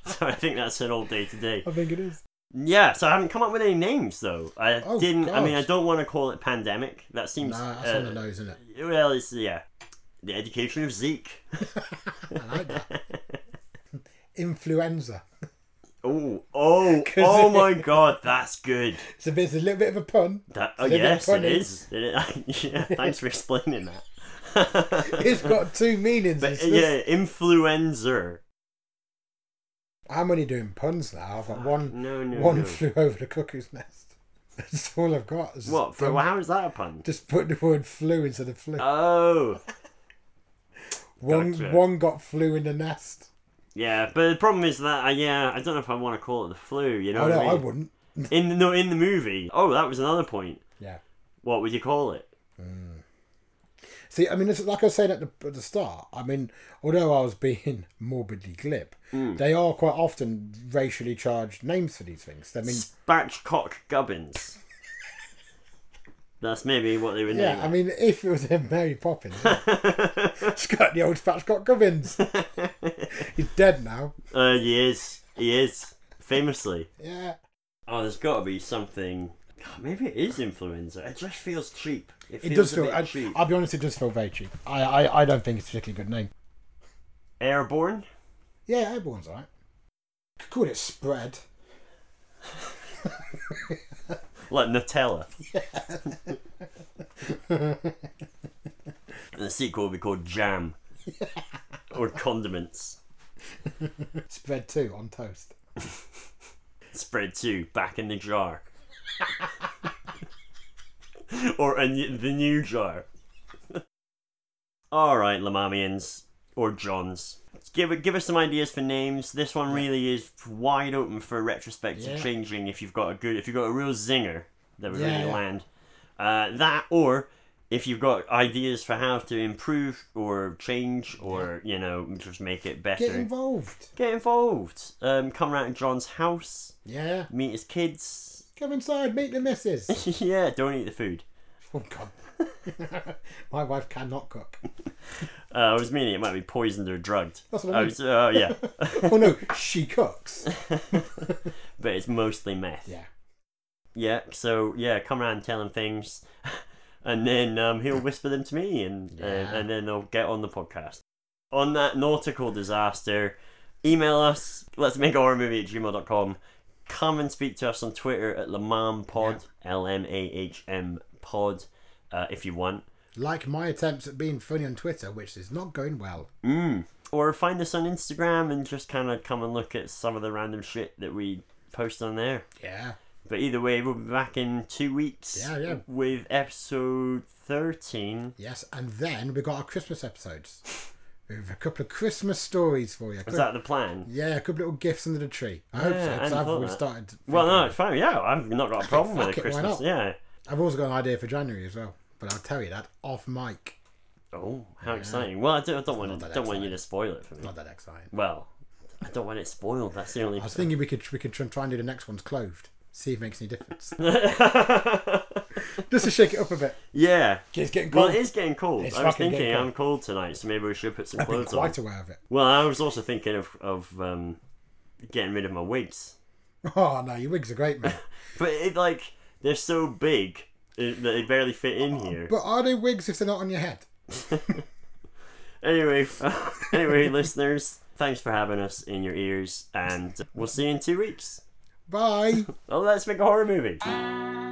so I think that's an all day today. I think it is. Yeah, so I haven't come up with any names though. I Oh, didn't. I mean, I God. don't want to call it pandemic. That seems Nah, that's uh, on the nose, isn't it? Well, it's yeah, the education of Zeke. I like that. Influenza. Oh, oh, oh my God, that's good. It's a, bit, it's a little bit of a pun. That, oh It's a bit yes, it funny. is. It is. yeah, thanks for explaining that. It's got two meanings. but, uh, It's just- yeah, influencer. I'm only doing puns now. I've got one. No, no, one no. flew over the cuckoo's nest. That's all I've got. It's What? just For, dumb- well, how is that a pun? Just put the word "flew" instead of "flew." Oh, one gotcha. one got flew in the nest. yeah. But the problem is that I, yeah, I don't know if I want to call it the flu. You know oh what I no, mean? I wouldn't. In the, no, in the movie. Oh, that was another point. Yeah. What would you call it? See, I mean, it's like I was saying at the, at the start, I mean, although I was being morbidly glib, Mm. they are quite often racially charged names for these things. I mean, Spatchcock Gubbins. That's maybe what they were Yeah, named. I mean, if it was in Mary Poppins, it's got the old Spatchcock Gubbins. He's dead now. Uh, he is. He is. Famously. Yeah. Oh, there's got to be something. God, maybe it is influenza. It just feels cheap. It, It feels does a feel. bit I, cheap. I'll be honest, it does feel very cheap. I, I, I don't think it's a particularly good name. Airborne? Yeah, Airborne's alright. Could call it Spread. Like Nutella. and the sequel will be called Jam. or Condiments. Spread 2 on toast. Spread 2, Back in the Jar. or a new, The New Jar. Alright, Lamamians. Or Johns. Give, it- give us some ideas for names. This one really is wide open for retrospective Yeah. changing if you've got a good, if you've got a real zinger that we're going Yeah, to yeah. land. Uh, that or if you've got ideas for how to improve or change or, you know, just make it better. Get involved. Get involved. Um, come round to John's house Yeah. meet his kids. Come inside, meet the missus. yeah, don't eat the food. oh, God. My wife cannot cook. Uh, I was meaning it might be poisoned or drugged. That's what I mean. was, uh, yeah, Oh, no, she cooks. but it's mostly meth. Yeah. Yeah, So yeah, come around and tell him things. and then um, he'll whisper them to me, and uh, Yeah. and, and then they'll get on the podcast. On that nautical disaster, email us. Let's make a horror movie at gmail.com. Come and speak to us on Twitter at Lamam Pod, L M A H M Pod, uh, if you want. Like my attempts at being funny on Twitter, which is not going well. Mm. Or find us on Instagram and just kind of come and look at some of the random shit that we post on there. Yeah. But either way, we'll be back in two weeks Yeah, yeah. with episode 13. Yes, and then we got our Christmas episodes. We have a couple of Christmas stories for you. Is that the plan? Yeah, a couple little gifts under the tree. I hope so, Yeah, because I I've thought already that. started. to- Well, no, it's fine. Yeah, I've not got a problem with fuck it, it, why Christmas. not? Yeah. I've also got an idea for January as well, but I'll tell you that off mic. Oh, how exciting. Well, I don't, I don't, want, that don't want you to spoil it for me. Not that exciting. Well, I don't want it spoiled. That's the only I was thinking we could we could try and do the next one's clothed. See if it makes any difference. Just to shake it up a bit. Yeah. It's getting Well, cold. it is getting cold. It's I was fucking getting thinking cold. I'm cold tonight, so maybe we should put some I've been clothes on. quite aware of it. Well, I was also thinking of, of um, getting rid of my wigs. Oh no, your wigs are great, man. But it, like, they're so big it, that they barely fit in here. but are they wigs if they're not on your head? Anyway, anyway, listeners, thanks for having us in your ears, and we'll see you in two weeks. Bye. Oh, let's make a horror movie. Thank